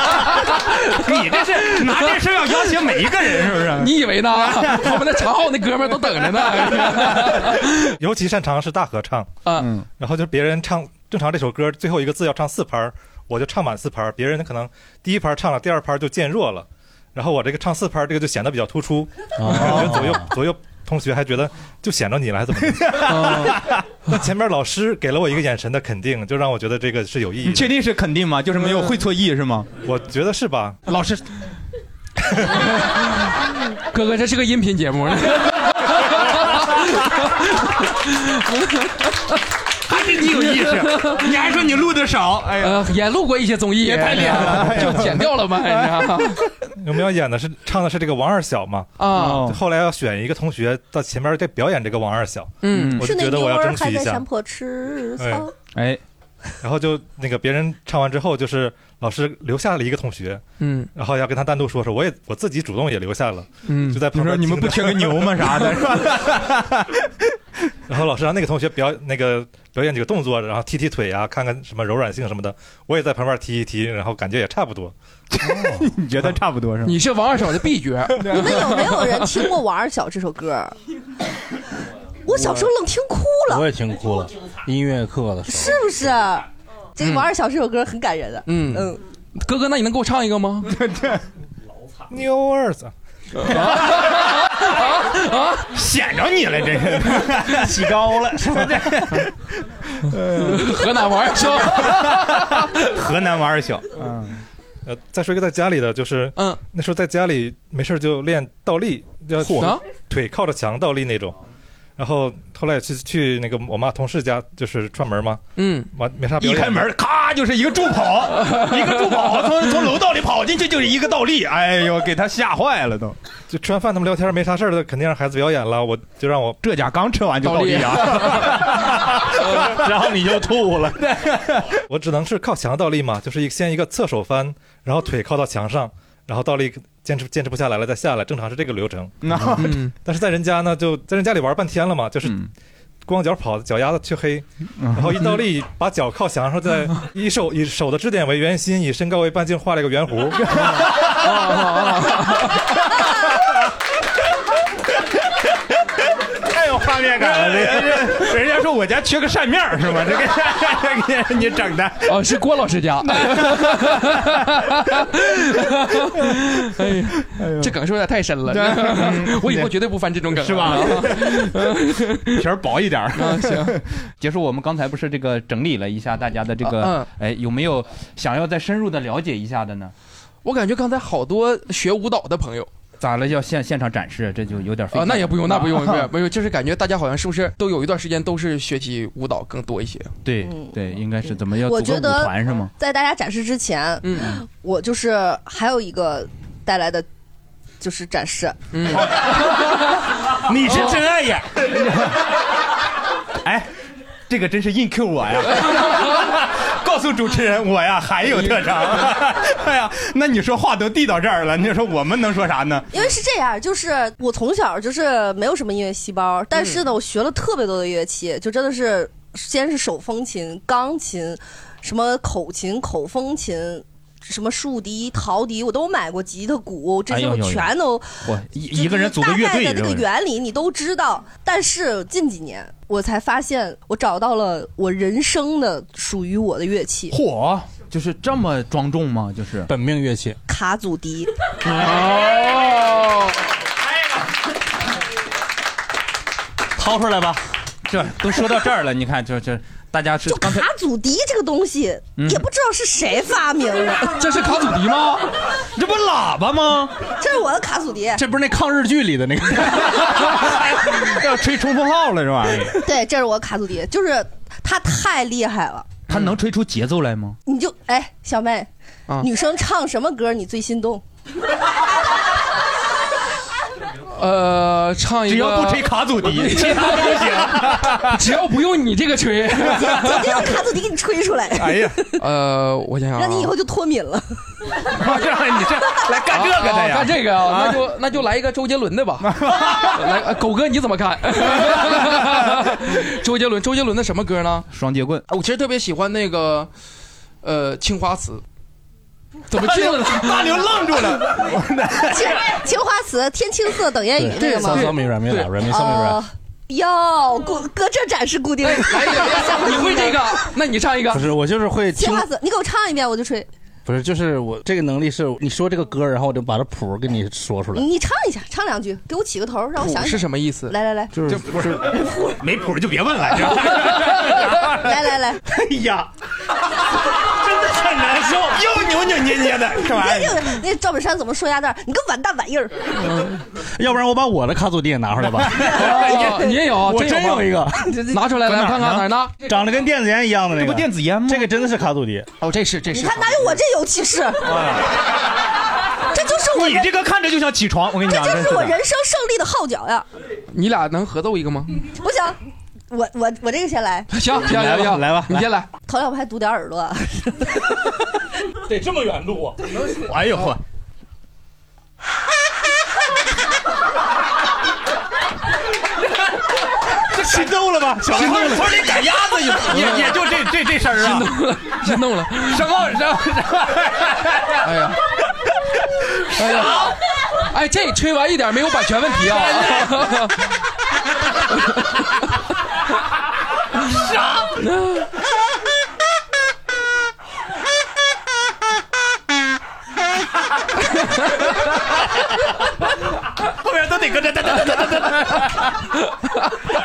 你这是拿这事儿要要挟每一个人，是不是？ 你以为呢？我们那长号那哥们儿都等着呢。 尤其擅长是大合唱，啊嗯，然后就别人唱正常这首歌最后一个字要唱四拍儿，我就唱满四拍儿，别人可能第一拍儿唱了，第二拍儿就渐弱了，然后我这个唱四拍儿这个就显得比较突出，哦左右左右同学还觉得就显着你了，还怎么地？哦那 前面老师给了我一个眼神的肯定，就让我觉得这个是有意义。你确定是肯定吗？就是没有会错意是吗？我觉得是吧？老哦师， 哥哥，这是个音频节目。 还是 你有意识，你还说你录的少，哎呀，也录呃过一些综艺，哎别太厉害 了就剪掉了吧，你知道 我们要演的是唱的是这个王二小嘛？啊后来要选一个同学到前面再表演这个王二小，嗯我是就那觉得妞我要儿争还取一在下山。坡吃哎草。哎，然后就那个别人唱完之后，就是老师留下了一个同学，嗯，然后要跟他单独说说，我也我自己主动也留下了，嗯，就在旁边你说你们听着不缺个牛吗啥 的是吧？然后老师让那个同学表那个表演几个动作，然后踢踢腿啊，看看什么柔软性什么的，我也在旁边踢一踢，然后感觉也差不多。哦 你觉得差不多是吗？你是王二小的必角。 你们有没有人听过《王二小》这首歌？我小时候愣听哭我了，也听哭了，音乐课的时候。是不是？这个《王二小》这首歌很感人的。嗯嗯，哥哥，那你能给我唱一 个吗？对对，妞儿子。啊！显着你了，这呃是 起高了，是啊吧？河南玩笑，河南玩儿小。嗯，呃，再说一个在家里的，就是嗯，那时候在家里没事儿就练倒立，叫嚯腿靠着墙倒立那种。然后后来去去那个我妈同事家，就是串门嘛，嗯，完没啥表一演。开门， 咔就是一个助跑，一个助跑，从从楼道里跑进去就是一个倒立，哎呦，给他吓坏了都。就吃完饭他们聊天没啥事儿的，肯定让孩子表演了，我就让我这家刚吃完就倒立啊啊， 然后你就吐 了。我只能是靠墙倒立嘛，就是一先一个侧手翻，然后腿靠到墙上，然后倒立坚持坚持不下来了再下来，正常是这个流程。那嗯但是在人家呢，就在人家里玩半天了嘛，就是光脚跑，脚丫子黢黑，然后一倒立，把脚靠墙上， 再以手以手的支点为圆心，以身高为半径画了一个圆弧。太有画面感了，这 个人家说我家缺个扇面儿是吗？这个给你整的，哦，是郭老师家。哎呀，这梗是不是有点太深了对嗯？ 我以后绝对不翻这种梗了，是吧？ 皮儿薄一点儿啊行， 结束。我们刚才不是这个整理了一下大家的这啊个，哎，有没有想要再深入的了解一下的呢？我感觉刚才好多学舞蹈的朋友咋了？要现现场展示，这就有点费啊，劲那也不用，那不用，不用，啊不用，就是感觉大家好像是不是都有一段时间都是学习 嗯舞蹈更多一些？对对，应该是怎么要我组个觉舞得团是吗？在大家展示之前，嗯，我就是还有一个带来的就是展示。嗯，嗯 你是真爱呀！ 哎，这个真是硬 Q 我呀！ 告诉主持人，我呀还有特长。 哎呀，那你说话都递到这儿了，你说我们能说啥呢？因为是这样，就是我从小就是没有什么音乐细胞，但是呢，嗯我学了特别多的乐器，就真的是先是手风琴、钢琴，什么口琴、口风琴。什么竖笛、陶笛，我都买过，吉他、鼓，这哎些呦我呦呦全都。我一一个人组个乐队大概的那个是不是原理你都知道，但是近几年我才发现，我找到了我人生的属于我的乐器嚯，就是这么庄重吗？就是本命乐器。 ——卡祖笛。哦，掏出来吧。这都说到这 儿了，你看，这这大家是 刚才卡祖笛这个东西、嗯也不知道是谁发明的，这是卡祖笛吗？这不喇叭吗？这是我的卡祖笛。这不是那抗日剧里的那个 要吹冲锋号了是吧？对，这是我卡祖笛，就是它太厉害了。他能吹出节奏来吗？你就哎，小妹，啊女生唱什么歌你最心动？呃，唱一个，只要不吹卡祖笛 其他都行，只要不用你这个 吹，我就用卡祖笛给你吹出来，哎呀，呃，我想想、啊，让你以后就脱敏了。这样你这来干这个的呀啊干这个啊，啊那就那就来一个周杰伦 的吧。来，呃狗哥你怎么看？周杰伦，周杰伦的什么歌呢？双截棍。我其实特别喜欢那个，呃，《青花瓷》。 怎么进了呢？大牛愣住了。青青花瓷，天青色等烟雨那对个吗？三三米软米软软米三米软哦。哟，固哥这展示固定。你会这个？ 那你唱一个。不是，我就是会听青，花瓷，你给我唱一遍，我就吹。不是，就是我这个能力是你说这个歌，然后我就把它谱跟你说出来。你唱一下，唱两句，给我起个头，让我想想是什么意思来来来，就是不是没谱就别问了，来来来，哎呀，真的很难受，又扭扭捏 捏的，这玩意儿。那那赵本山怎么说鸭蛋？你个完蛋玩意儿！要不然我把我的卡祖笛也拿出来吧。 哦你也有我真真有吗，有一个拿出来来看看哪儿呢？长得跟电子烟一样的那个，这不电子烟吗？这个真的是卡祖笛。哦，这是这你看哪有我这有气势？这就是我你人这个看着就想起床，我跟你这讲，就真是的我人生胜利的号角呀！你俩能合奏一个 吗？我想，我我我这个先来。行行行行，来吧，你先来。头两排堵点耳朵。 得这么远录 啊？哎呦呵，这心动了吧？小孩动了瞅你赶鸭子也也也就这这这事儿啊！心动了，心动了。什么什么什么？哎呀，哎呀，哎，这吹完一点没有版权问题啊！啥？后面都得跟着哒哒哒哒哒 哒。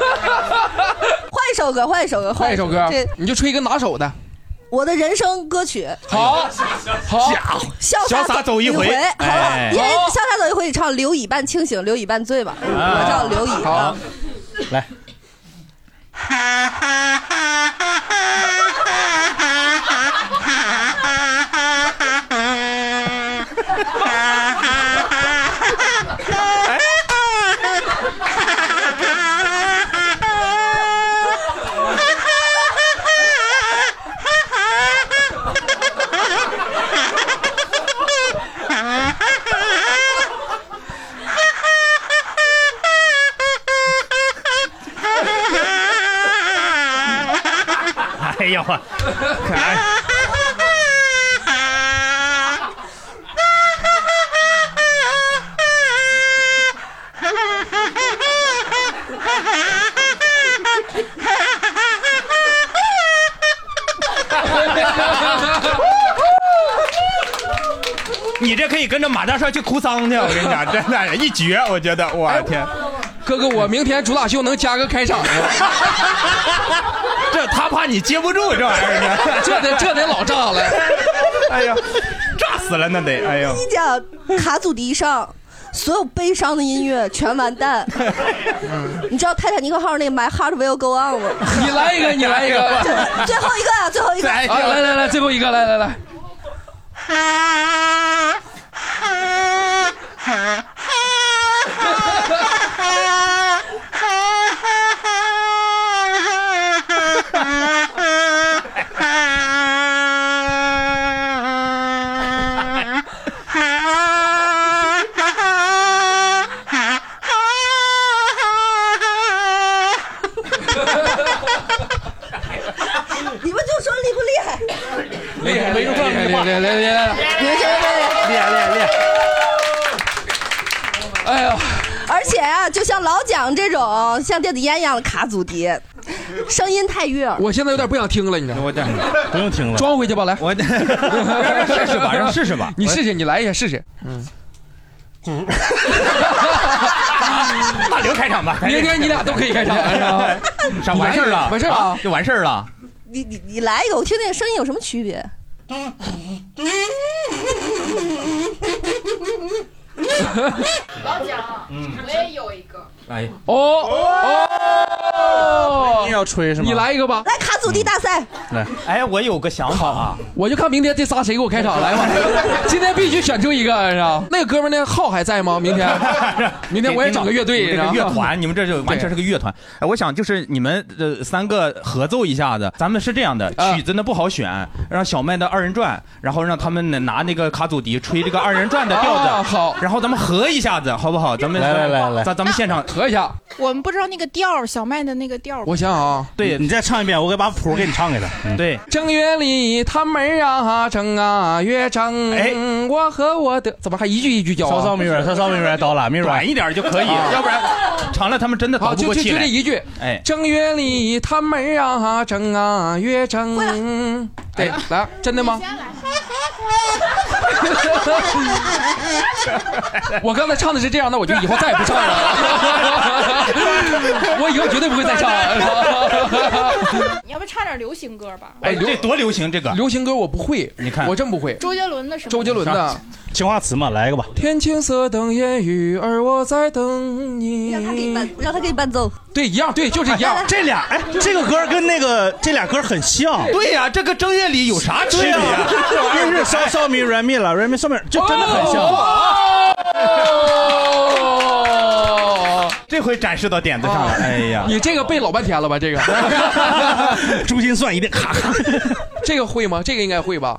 换一首歌，换一首歌，换一首歌这，你就吹一个拿手的。我的人生歌曲。好， 好家伙潇潇洒走一回好了哎，因为好潇洒走一回，你唱刘乙半清醒，刘乙半醉吧，啊我叫刘乙。啊好， 来，哎呀我，哎你这可以跟着马大帅去哭丧去，我跟你讲，真的，一绝，我觉得，我天，哎哥哥，我明天主打秀能加个开场吗？ 这他怕你接不住 这玩意儿，这得这得老炸了，哎呀，炸死了那得，哎呀跟，你讲，卡祖笛上所有悲伤的音乐全完蛋。嗯你知道泰坦尼克号那个 My Heart Will Go On 吗？你来一个，你 来一个，最最后一个啊，最后一个，来来来来，最后一个，来来来，你们就说厉不厉害？厉害厉害厉害厉害厉害！你们觉得厉害？厉害厉害厉害！哎呀，而且啊，就像老蒋这种像电子烟一样的卡祖笛，声音太悦耳。我现在有点不想听了，你知道吗？不用听了，装回去吧，来，我试试吧让试试吧你试试，你来一下试试。嗯，大刘开场吧，明天你俩都可以开 场哎呀 啥完事儿了？完事儿了啊就完事儿了。你你你来一个，我听听声音有什么区别？嗯嗯老蒋，我也有一个。哎，哦哦，啊，要吹是吗？你来一个吧，来卡祖笛大赛，来，哎，我有个想法啊，我就看明天这仨谁给我开场来吧，今天必须选出一个是吧？那个哥们儿那浩还在吗？明天，明天我也整个乐队，这个是乐吧团，你们这就完全是个乐团。哎，我想就是你们呃三个合奏一下子，咱们是这样的，呃曲子呢不好选，让小麦的二人转，然后让他们呢拿那个卡祖笛吹这个二人转的调啊子，好，然后咱们合一下子，好不好？咱们来来来来咱咱们现场合一下。我们不知道那个调儿，小麦的那个调儿。想想啊，对你再唱一遍，我给把谱给你唱给他。嗯对，正月里他们啊，正啊月正，哎我和我的怎么还一句一句教啊？稍稍没准，稍稍没准到了，没准短哎一点就可以，啊要不然长了他们真的好，倒不就过就气就来这一句。哎，正月里他们啊，正啊月正，对，来，真的哎吗？我刚才唱的是这样，那我就以后再也不 唱了。我以后绝对不会再唱了。 你要不唱点流行歌吧？哎，这多流行这个流行歌我不会，你看我真不会。周杰伦的什么？哎周杰伦的。青花瓷嘛，来一个吧。天青色等烟雨，而我在等你。让他给你伴，让他给你伴奏。对，一样，对，就是一样。这俩，哎，这个歌跟那个这俩歌很像。对呀、这个正月里有啥区别、啊？ 真是烧烧米 Remy 了，Remy 上面就真的很像。啊哦 这回展示到点子上了，哎呀，哦你这个背老半天了 吧？这个 珠心算一定咔咔。这个会吗？这个应该会吧？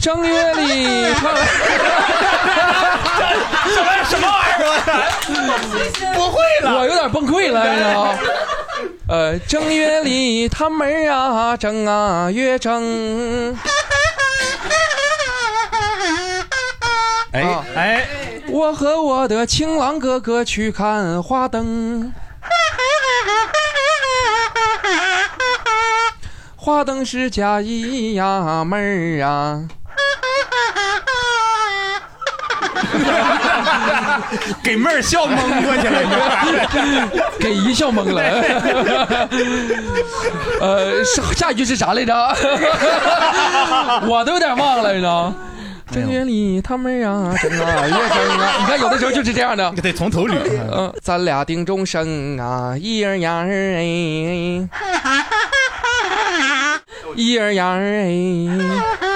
正月 里唱。什么什么玩意儿？ 不会了，我有点崩溃了，哎你知道吗？ 呃，正月里他们啊，正啊 月正。哎哎，啊我和我的情郎哥哥去看 花灯，花灯是嫁衣呀，妹儿啊。给妹儿笑懵过去了， 给姨笑懵了。 呃，上下一句是啥来着？ 我都有点忘了，你知道吗？正月里他们啊，真 啊，月正啊，你看有的时候就是这样的，得从头捋。嗯，咱俩定终生啊，一儿呀儿哎，一儿呀儿哎。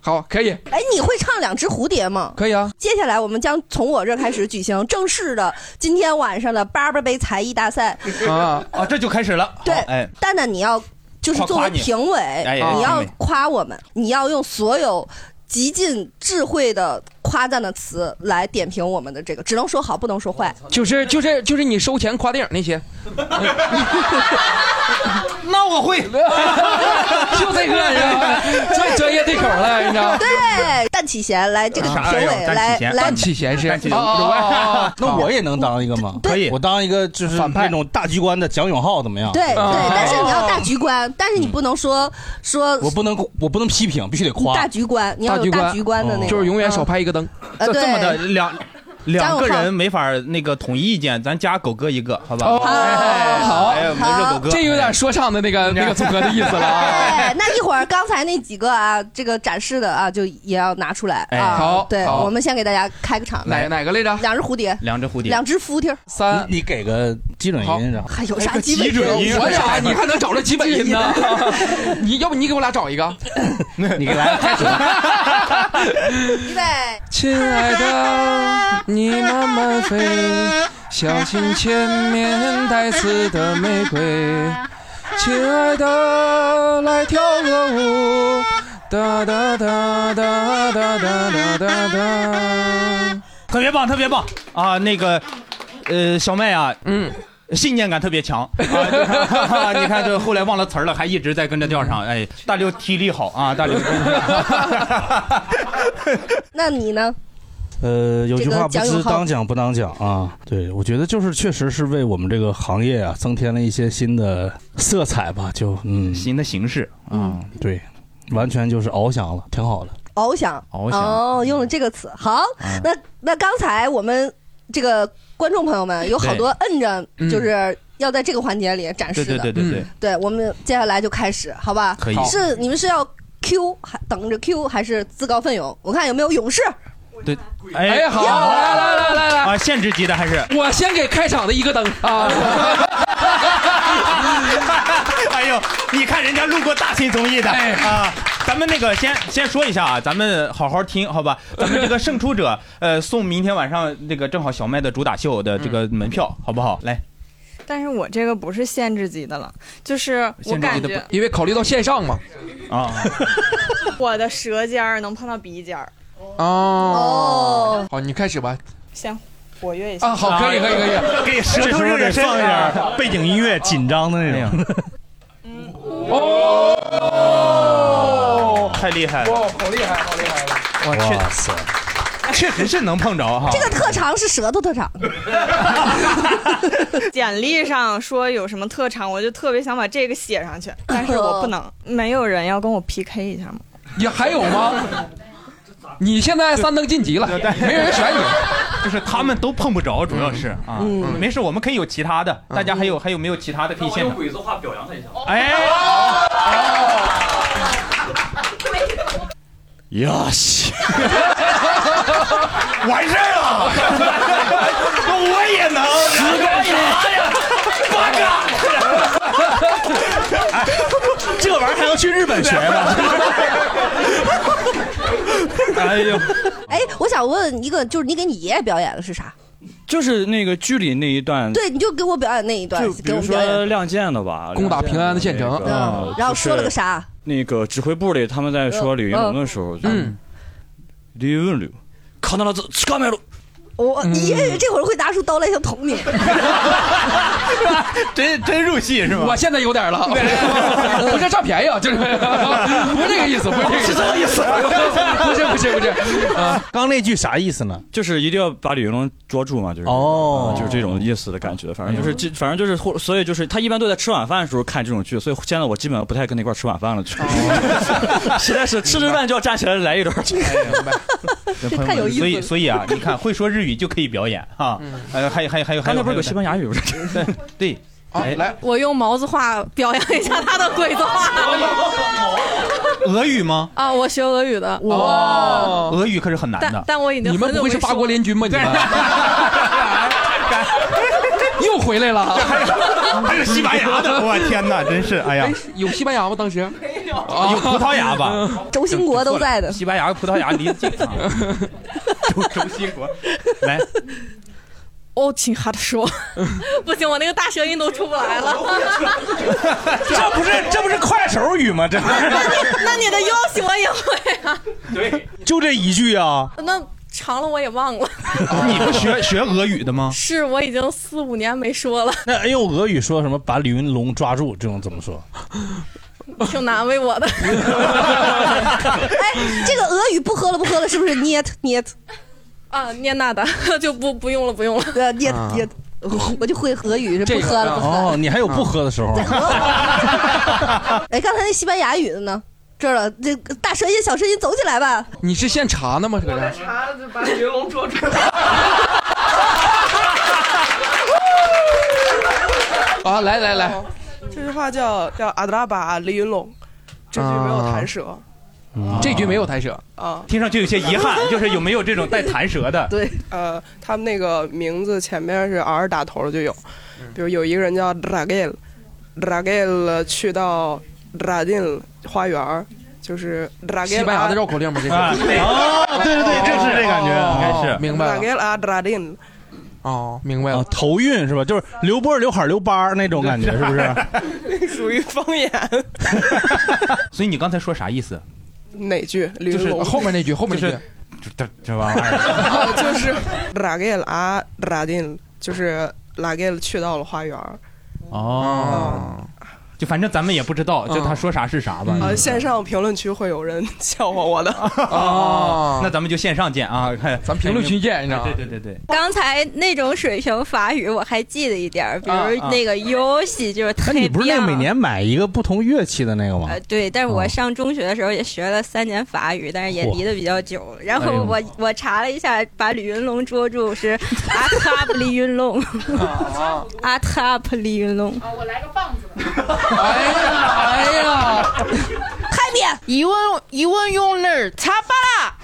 好，可以，哎，你会唱两只蝴蝶吗？可以啊。接下来我们将从我这开始举行正式的今天晚上的八八杯才艺大赛。啊啊，这就开始了。对好哎，蛋蛋，你要就是作为评委，夸夸你哎你要评委夸我们，你要用所有极尽智慧的夸赞的词来点评我们的这个，只能说好，不能说坏。就是就是就是你收钱夸电影那些， 那我 会， 就这个你知道吗？最专业对口 了，你知道吗？啊哎对，蛋启贤来这个评啥玩意委儿来来蛋启贤是蛋启贤哦哦哦哦 那我也能当一个吗？可以，我当一个就是那种大局观的蒋永浩怎么样？对对，哦但是你要大局观，但是你不能说说我不能我不能批评，必须得夸。大局观，你要有大局观的那个，哦就是永远少拍一个灯。呃这对这么啊的两两个张永浩人没法那个统一意见，咱加狗哥一个，好吧？哦哎好哎，我们热狗哥，哎这有点说唱的那个那个组合的意思了啊。哎，那一会儿刚才那几个啊，这个展示的啊，就也要拿出来哎啊。好对，好我们先给大家开个场。哪哪个来着？两只蝴蝶，两只蝴蝶，两只蝴蝶。三，你给个基准音，然后还哎有啥基本我俩你还能找着基本音呢？ 你要不你给我俩找一个？你给来开始预备，亲爱的，你慢慢飞，小心前面带刺的玫瑰。亲爱的，来跳个舞，哒哒哒哒哒哒哒哒哒。 特别棒，特别棒啊！那个，呃，小麦啊，嗯，信念感特别强啊！ 你看这后来忘了词儿了，还一直在跟着调上。哎，大 刘体力好啊，大刘。那你呢？呃，有句这个话不蒋知永浩当讲不当讲啊，对，我觉得就是确实是为我们这个行业啊增添了一些新的色彩吧，就嗯，新的形式嗯啊，对，完全就是翱翔了，挺好的。翱翔，翱翔哦，用了这个嗯词。好，啊那那刚才我们这个观众朋友们有好多摁着，嗯就是要在这个环节里展示的。对对对对对嗯对我们接下来就开始，好吧？可以好是你们是要 Q 还等着 Q 还是自告奋勇？我看有没有勇士。对，哎好来来来来来啊，限制级的还是 我先给开场的一个灯啊！ 哎呦，你看人家录过大型综艺的、啊。咱们那个先先说一下啊，咱们好好听好 吧？咱们这个胜出者，呃，送明天晚上那个正好小麦的主打秀的这个门票，好不好？来，但是我这个不是限制级的了，就是我 现在感觉因为考虑到线上嘛，啊我的舌尖儿能碰到鼻尖儿，哦，好，你开始吧。先活跃一下啊，好，可以，可以，可以，给舌头热热身啊这时候得放一下背景音乐，紧张的哎那 种。哦，太厉害了，好厉害，好厉害！哇，确塞，确实是能碰着哈。这个特长是舌头特 长，简历上说有什么特长，我就特别想把这个写上去，但是我不能，没有人要跟我 PK 一下吗？也还有吗？你现在三登晋级了，没人选你。 就是他们都碰不着，主要是啊，嗯没事，我们可以有其他的，大家还有还有没有其他的可以现场？鬼子话表扬他一下。哎，呀西， 完事儿了，我也能，十个呀，八个，这玩意儿还要去日本学吗？哎呦，哎，我想问一个，就是你给你爷爷表演的是啥？就是那个剧里那一段，对，你就给我表演那一段嗯就，比给我如们表演嗯说。亮剑的吧，攻打平安的县城亮剑的嗯那个然后说了个？啥？就是那个指挥部里他们在说李云龙的时候，嗯，李云龙，看到了这，干没了。我嗯你爷爷这会儿会拿出刀来想捅你。 真真入戏是吗？我现在 有点了， 不是占便宜啊，就是不是这个意思，不是这个是这个意意思，思 不是不是不 是，啊，刚那句啥意思呢？就是一定要把李云龙捉住嘛，就是哦嗯啊就是这种意思的感觉。反正就是这，反正就是或，所以就是他一般都在吃晚饭的时候看这种剧，所以现在我基本上不太跟他一块儿吃晚饭了，就是哦 实在是吃着饭就要站起来来一段儿。哎这太有意思。所以所以啊，你看会说日语就可以表演哈，嗯呃，还有还有还有还刚有，才不是有西班牙语吗？对 对，哎来我用毛子话表扬一下他的鬼子话俄语吗？啊！我学俄语的，哦，俄语可是很难但的。但我已经你们很不久会没是八说国联军吗？你们又回来了， 还有西班牙的我天哪真是哎呀哎有西班牙吗？当时啊没有，有葡萄 牙吧？周兴国都在的西班牙、葡萄牙离 得近啊。周周兴国，来，哦，挺哈的 说，不行，我那个大舌音都出不来了。这不是 这不是快手语吗？这那你的 Yoshi 我也会啊， 就这一句啊，那长了我也忘了， 你不学学俄语的吗？ 是我已经四五年没说了， 那哎呦，俄语说什么把李云龙抓住这种怎么说？挺难为我的。哎这个俄语不喝了不喝了，是不是捏捏？啊，念娜的 就不不用了，不用了。呃，捏啊捏，我就会俄语，是不喝了不喝了。哦，你还有不喝的时候。哎，刚才那西班牙语的呢？这儿了，这大舌音小舌音走起 来吧。你是现查呢吗？这个查就把云龙捉住。 啊，来来来，这句话叫叫阿德拉巴李云龙，这句没有弹啊舌这局没有弹舌，啊。听上去有些遗憾，就是有没有这种带弹舌的？对，呃，他们那个名字前面是 R 打头的就有，嗯比如有一个人叫 Dragel，Dragel 去到 Dragin 花园儿，就是西 Dragel 班牙的绕口令吗？这是啊对哦对对对正是这感觉应该是哦明白了。 Dragel 啊 Dragin，哦，明白了。啊头韵是吧？就是刘波、刘海、刘巴儿那种感觉，是不 是？属于方言。所以你刚才说啥意思？哪句？李就云是龙那句，后面那句，这这玩意儿，哦就是 Dragel 啊 Dragin，就是 Dragel 去到了花园儿。哦，就反正咱们也不知道，就他说啥是啥吧。嗯啊，线上评论区会有人笑话我的。 哦， 那咱们就线上见啊！看咱评论区见，你知道吗对对对对，刚才那种水平法语我还记得一点儿，比如那个游戏就是那特啊哎你不是那别每年买一个不同乐器的那个吗呃，？对，但是我上中学的时候也学了三年法语，但是也嚯离得比较久。然哎后呦我我查了一下，把李云龙捉住是阿塔布李云龙，阿塔布李云龙。啊我来个棒子。哎 呀，嗨点！疑问疑问用那儿擦巴啦。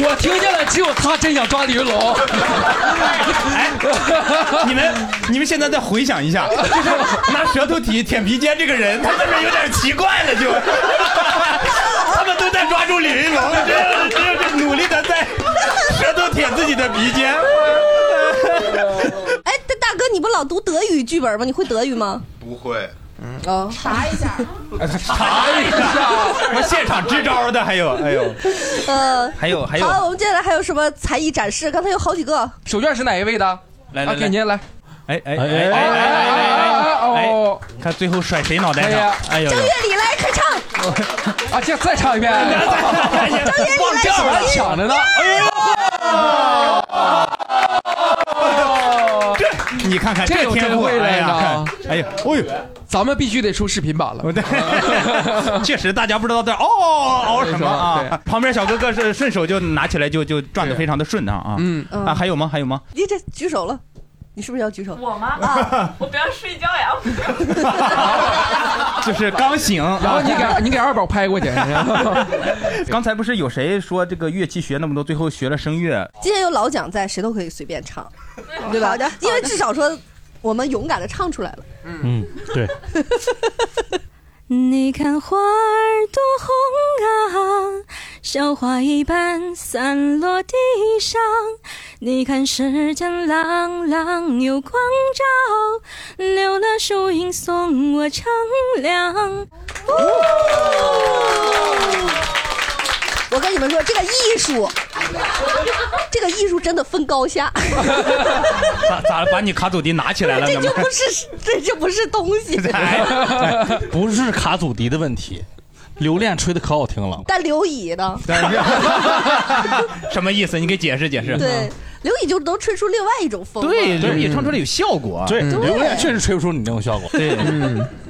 我听见了，只有他真想抓李云龙。你们你们现在再回想一下，就是拿舌头提舔鼻尖这个人，他是不是有点奇怪了？就，他们都在抓住李云龙，只有只有这努力的在舌头舔自己的鼻尖。哎，大大哥，你不老读德语剧本吗？你会德语吗？不会，哦，查一下。查一下，我现场支招的还有，哎呦， 呃，还有哦还有好，我们接下来还有什么才艺展示？刚才有好几个。手绢是哪一位的？来来，给您来。哎哎哎哎哎哎哎！看最后甩谁脑袋上？哎呦正，月里来开唱，啊，这再唱一遍。正月里来这玩唱意儿抢着呢。 你看看这这天真赋，会了哎呀，哎呀，哎呦，咱们必须得出视频版了。 看确实大家不知道在哦熬什么对啊？旁边小哥哥是顺手就拿起来就就转的非常的顺当啊。嗯嗯啊，还有吗？还有吗？你这举手了，你是不是要举手？我 吗啊，我不要睡觉呀！就是刚醒， 然后你给你给二宝拍过去。 刚才不是有谁说这个乐器学那么多，最后学了声乐？今天有老蒋在，谁都可以随 便唱，对吧？因为至少说我们勇敢的唱出来了。嗯，对，你看花儿多红啊，小花一般散落地上。你看时间朗朗有光照，留了树荫送我乘凉。我跟你们说，这个艺术，这个艺术真的分高下，咋咋把你卡祖笛拿起来了？这怎么就？不是这这不是东 西。 哎不是卡祖笛的问题，留恋吹的可好听了。但刘乙呢？什么意思？你给解释解释。嗯对，刘乙就能吹出另外一种风。嗯对，刘也唱出来有效果。对，嗯留恋确实。实吹不出你那种效果。对，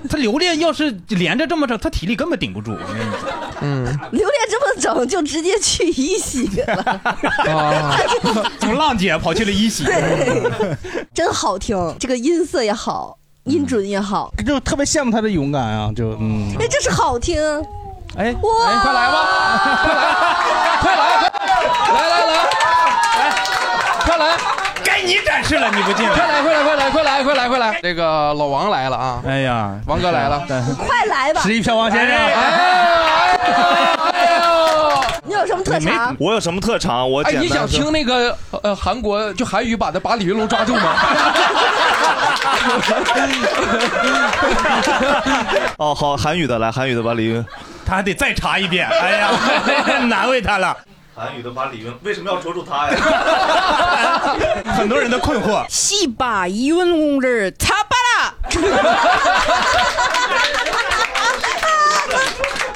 他留恋要是连着这么整，他体力根本顶不住。 嗯，刘恋这么整，就直接去一喜了，哦从浪姐跑去了一喜。 真好听，这个音色也好，音准也好，就特别羡慕他的勇敢啊！就嗯，哎，这是好听。哎，哇，快来吧，快来，快来，来来来，快来！该你展示了，你不进快来，快来，快来，快来，快来，快来！这个老王来了啊！哎呀，王哥来了，快来吧！一票王先生，哎你有什么特长？我有什么特长？我哎，简单你想说听那个呃韩国就韩语版的把李云龙抓住吗？哦，好，韩语的来，韩语的把李云，他还得再查一遍。哎呀， 难为他了。韩语的把李云，为什么要捉住他呀？ 很多人的困惑。戏把疑问公这擦巴啦。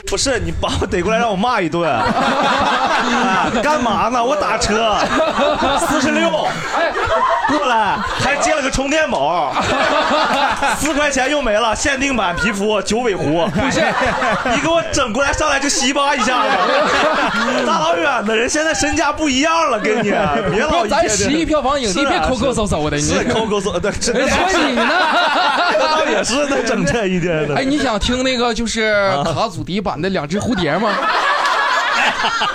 不是你把我逮过来让我骂一 顿，啊干嘛呢？我打 车，四十六，过来还接了个充电 宝，四块钱又没了，限定版皮肤九尾狐，不是你给我整过来，上来就稀巴一 下子，大老远的人现在身价不一样了，跟你啊 别老一咱天十一票房影帝是啊别抠抠搜搜的，你是啊抠抠搜，对，真的哎说你呢 那倒也是，那整这一天的。哎，你想听那个就是卡祖笛版的两只蝴蝶吗？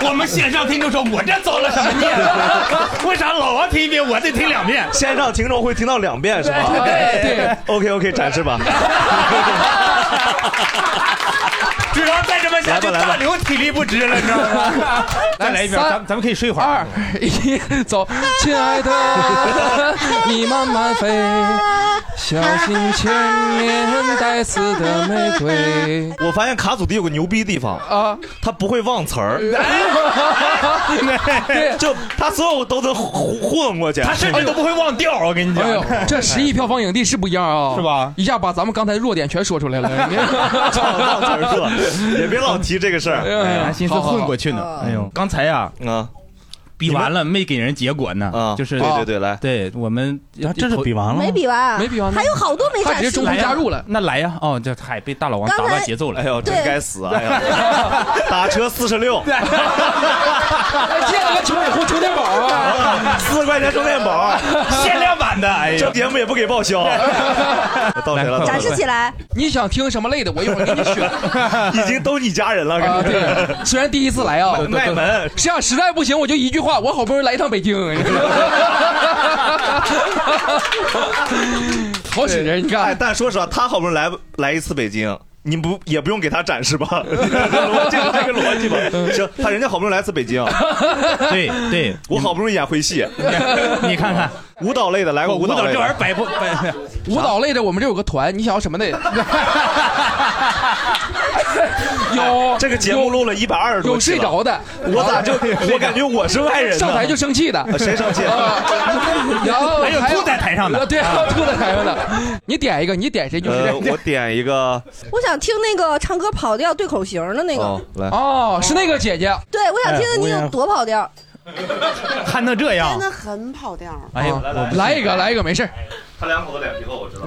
我们线上听众说，我这遭了什么 孽了？为啥老王听一遍，我得听两遍？线上听众会听到两遍是吧？对对 对 OK OK，展示吧。只要再这么下去，大刘体力不支了，你知道 吗？再来一遍，三咱咱们可以睡会儿。一走，亲爱的，你慢慢飞，小 心千年带刺的玫瑰。我发现卡祖笛有个牛逼地方啊，他不会忘词儿， 就他所有都能糊糊弄过去，啊他甚至都不会忘调。我跟你讲，哎呦，这十亿票房影帝是不一样啊，是吧？一下把咱们刚才弱点全说 出来了，忘词儿 热，也别老提这个事儿。哎还心思混过去呢。哎呦，刚才呀，啊，比完了没给人结果呢，啊就是对对对，来，对我们这是比完没比完，没比完呢还有好多没展示。了，那来呀，哦，这嗨，被大老王打刚才乱节奏了，哎呦，真该死啊！ 打车四十六，借了个穷水壶充电宝啊， 四十块钱充电宝，啊限量版的，哎呀这节目也不给报销， 到谁了？展示起来。你想听什么类的？我一会儿给你选。 已经都你家人了，啊，对，虽然第一次来啊，卖门。这样实在不行，我就一句话，我好不容易来一趟北京， 好使人，你看。哎但说实话，他好不容易来来一次北京。你不也不用给他展示 吧？这是这个逻辑吧？嗯行，他人家好不容易来次北京，对对，我好不容易演回戏， 你看看舞蹈类的来过舞蹈蹈类的这玩意儿摆不 摆？舞蹈类的，我们这有个团，你想要什么类的？有哎这个节目录了一百二十多有期了睡着的，啊我咋就我感觉我是外人呢 上台 就生气的，谁生气啊然后还有吐在台上的啊对，啊 吐在台上的。你点一个，你点谁就是 呃，谁我。点一个，我想听那个唱歌跑调对口型的那个哦，，来，哦，是那个姐 姐，对我想听哎听你有多跑调。看那这样真，的很跑调儿。哎啊呦，啊来一个，来一个，没事儿。他两口子脸皮厚，我知道。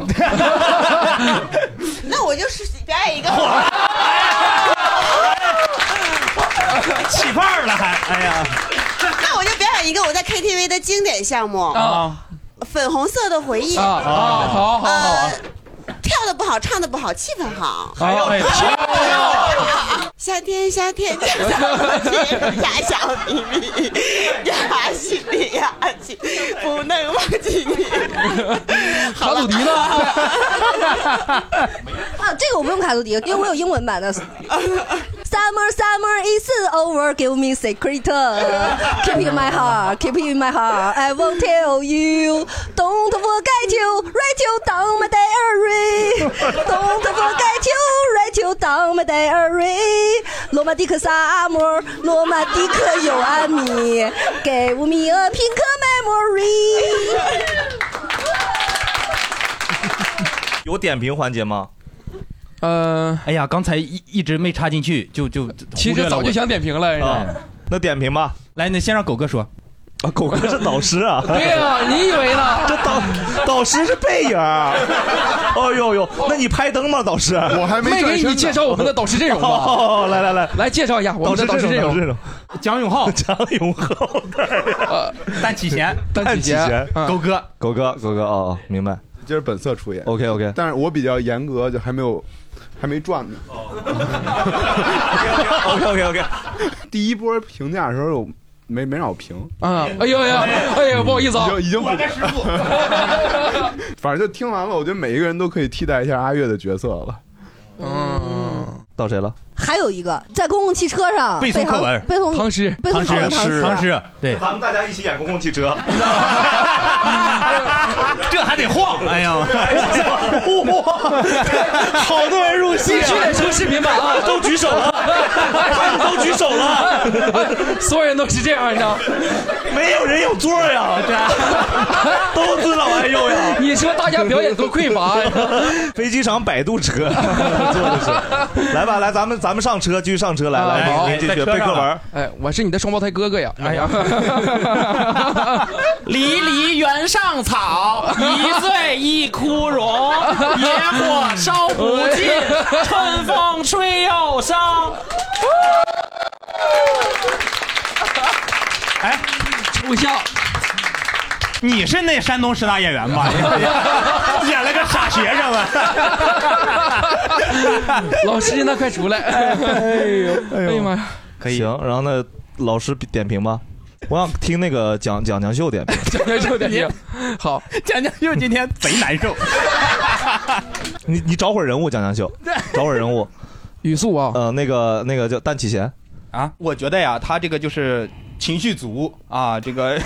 那我就是表演 哎一个。 起泡了还，哎呀， 那我就表演一个我在 KTV 的经典项目啊，粉红色的回忆啊啊好好好呃跳的不好，唱的不好，气氛好。哎呦哎夏天，夏 天，呀小秘密， 呀心里呀心，不能忘记你。卡祖笛呢？啊，这个我不用卡路迪，因为我有英文版的。Summer, summer is over. Give me secret. Keep in my heart. Keep in my heart. I won't tell you. Don't forget you. Write you down my diary. Don't forget you. Write you down my diary. 罗马蒂克 summer，罗马蒂克有阿米。Give me a pink memory. 有点评环节吗？呃，哎呀，刚才一一直没插进去，就就其实早就想点评了哎是吧啊那点评吧，来，那先让狗哥说。啊，狗哥是导师啊对呀，你以为呢？这导 导师是背影儿，哦呦呦，那你拍灯吗？导师，我还没没给你转身呢介绍我们的导师 阵容吧哦，来来来，来介绍一下我们的导师阵容导师阵容，蒋永浩，蒋永浩，单启贤，单启贤，嗯狗哥，狗哥，狗哥，哦，明白。这是本色出演。 OK OK，但是我比较严格，就还没有，还没转呢。哦 OK OK OK，第一波评价的时候，没没让我评，啊，哎呦呀，哎呀，不好意思啊，已经已经不师傅，反正就听完了，我觉得每一个人都可以替代一下阿月的角色了。嗯，到谁了？还有一个在公共汽车上背诵唐课文背诵唐诗背诵课文唐诗，诗，对，咱们大家一起演公共汽车，这还得晃，哎 呀，好多人入戏，必须得出视频版啊！都举手了，都举手了，所有人都是这样，你知道吗？没有人有座呀，都知道哎呦呀，你说大家表演多匮乏呀？ 飞机场摆渡车， 坐的是，来吧，来，咱们咱们上车，继续上车，来啊好来，您进去啊背课文。。哎，我是你的双胞胎哥哥呀！哎 呀，离离原上草， 一岁一枯荣。 野火烧不 尽，春风吹又生。哎 抽象。你是那山东师大演员哎吧？演了个傻学生啊！ 老师，那快出来！哎呦，哎呀妈呀！可以。行，然后呢，老师点评吧。我想听那个蒋蒋蒋秀 点评。蒋蒋秀点评，好，蒋蒋秀今天贼难受。你你找会儿人物，蒋蒋秀，找会儿人物。 语速啊，呃，那个那个叫单启贤，啊，我觉得呀，他这个就是情绪足啊，这个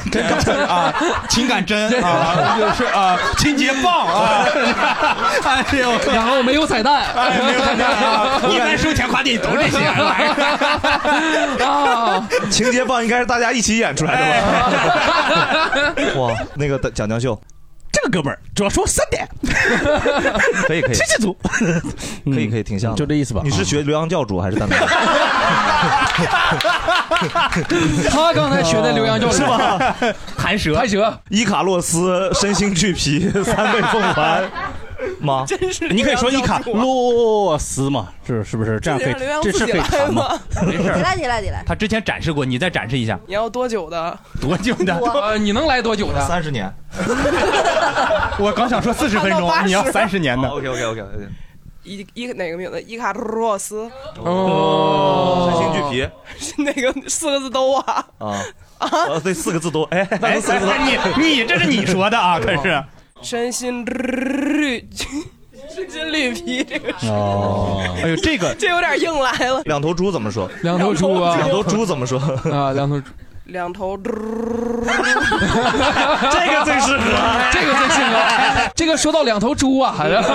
啊，情感真啊，就是啊，情节棒啊， 哎呦，然后没有彩蛋，哎，没有彩蛋 啊， 一般收钱花店都这些玩意儿啊， 情节棒应该是大家一起演出来的哎吧？ 哇，那个蒋江秀，这个哥们儿主要说三点，可以可以，七七组，可以可以，挺像的，就这意思吧你是学刘洋教主还是蛋蛋？他刚才学的刘洋教主是吧？弹舌，弹舌，伊卡洛斯身心俱疲，三倍奉还吗？真是你可以说伊卡洛斯嘛，是是不是？这样可以，这是可以谈 吗？没事起儿，来起来起来，他之前展示过，你再展示一下，你要多久的？多久的？呃，你能来多久的？三十年。我刚想说四十分钟，你要三十年的。 OK OK OK OK。伊伊哪个名字？伊卡洛斯。哦身心啊俱疲是 哪个四个字都啊？啊啊！对，四个字多，哎，哎四个字多哦哎你你这是你说的啊可是身心绿， 身心绿皮这个是。哦，哎呦，这个 这有点硬来了。两头猪怎么说？两头猪啊两头猪怎么说？啊，两头猪，两头猪，这个最适合，这个最适合。 这个说到两头猪啊，然后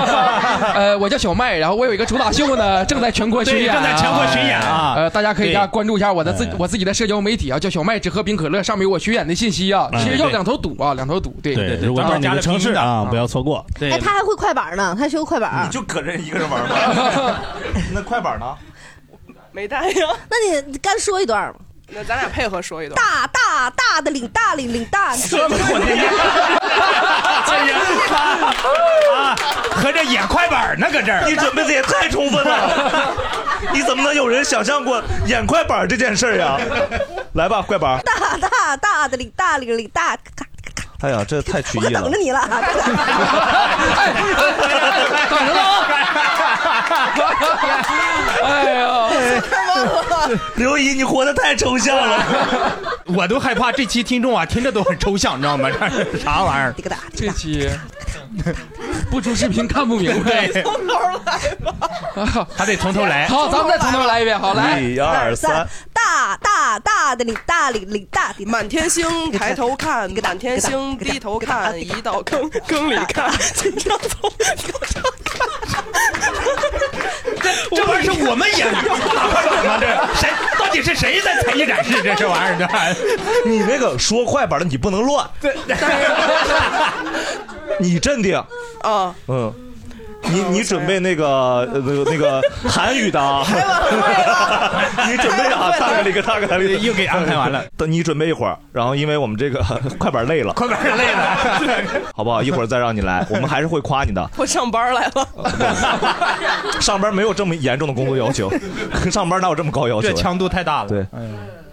呃，我叫小麦，然后我有一个主打秀呢，正在全国巡演啊，对正在全国巡演啊呃，大家可以对大家关注一下我的自我自己的社交媒体啊，叫小麦只喝冰可乐，上面有我巡演的信息啊。嗯其实要对两头堵啊，两头堵，对对，如果到你的城市啊，不要错过。哎，嗯他还会快板呢，他学过快板，就搁这 一个人玩吗？那快板呢？没带呀。那你干说一段儿吧。哎那咱俩配合说一段。大大大的领大领领大，这么混的呀哎呀啊，合着 演快板呢，搁这儿。你准备的也太充分 了，你怎么能有人想象过演快板这件事儿呀？来吧，快板！ 大大大的领大领领大，哎呀，这太曲我艺了 等着。你了。哎等着呢啊！哎呀， 刘姨，你活得太抽象 了，我都害怕这期听众啊，听着都很抽象，你知道吗？这是啥玩意儿？这期 不出视频看不明白。还得从头来。好，咱们再从头来一遍。好，来，一二三，大啊大大的领大领领大 的，满天星抬头看，满天星低头看，一到坑坑里看，紧张从这玩意儿是我们 演的快板吗？这谁到底是谁在才艺展示这这玩意儿？你那个说快板的，你不能乱，这你镇定。啊，嗯，你你准备那个呃那个那个 韩语的啊， 你准备啊，大概里个大概里个，又给安排完了。等你准备一会儿，然后因为我们这个 快板 累了，快板累了，好不好？一会儿再让你来，我们还是会夸你的。我上班来了。 上班没有这么严重的工作 要求，上班哪有这么高要求这呀？强度太大了。哎对，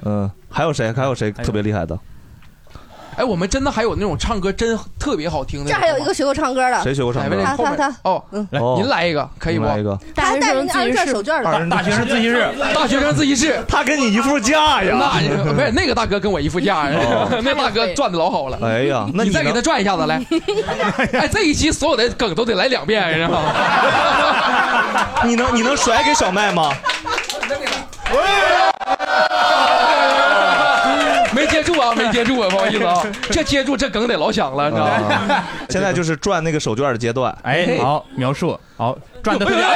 嗯，还有谁？还有谁特别厉害的？哎，我们真的还有那种唱歌真特别好听的。这还有一个学过唱歌的，谁学过唱歌他哎后他面他，哦，来您啊来一个，可以不？来一个，他还带着那二人转手绢的，大学生自习室，大学生自习室，他跟你一副架呀。那不是那个大哥跟我一副价， 那大哥转的老好了。哎呀，那你再能给他转一下子 来，哎，这一期所有的梗都得来两遍，知道吗？你能你能甩给小麦吗？ 没接住啊，没接住啊，不好意思啊，这接住这梗得老响了，你知道吗？啊现在就是转那个手绢的阶段。哎，好，描述好，转的特别好。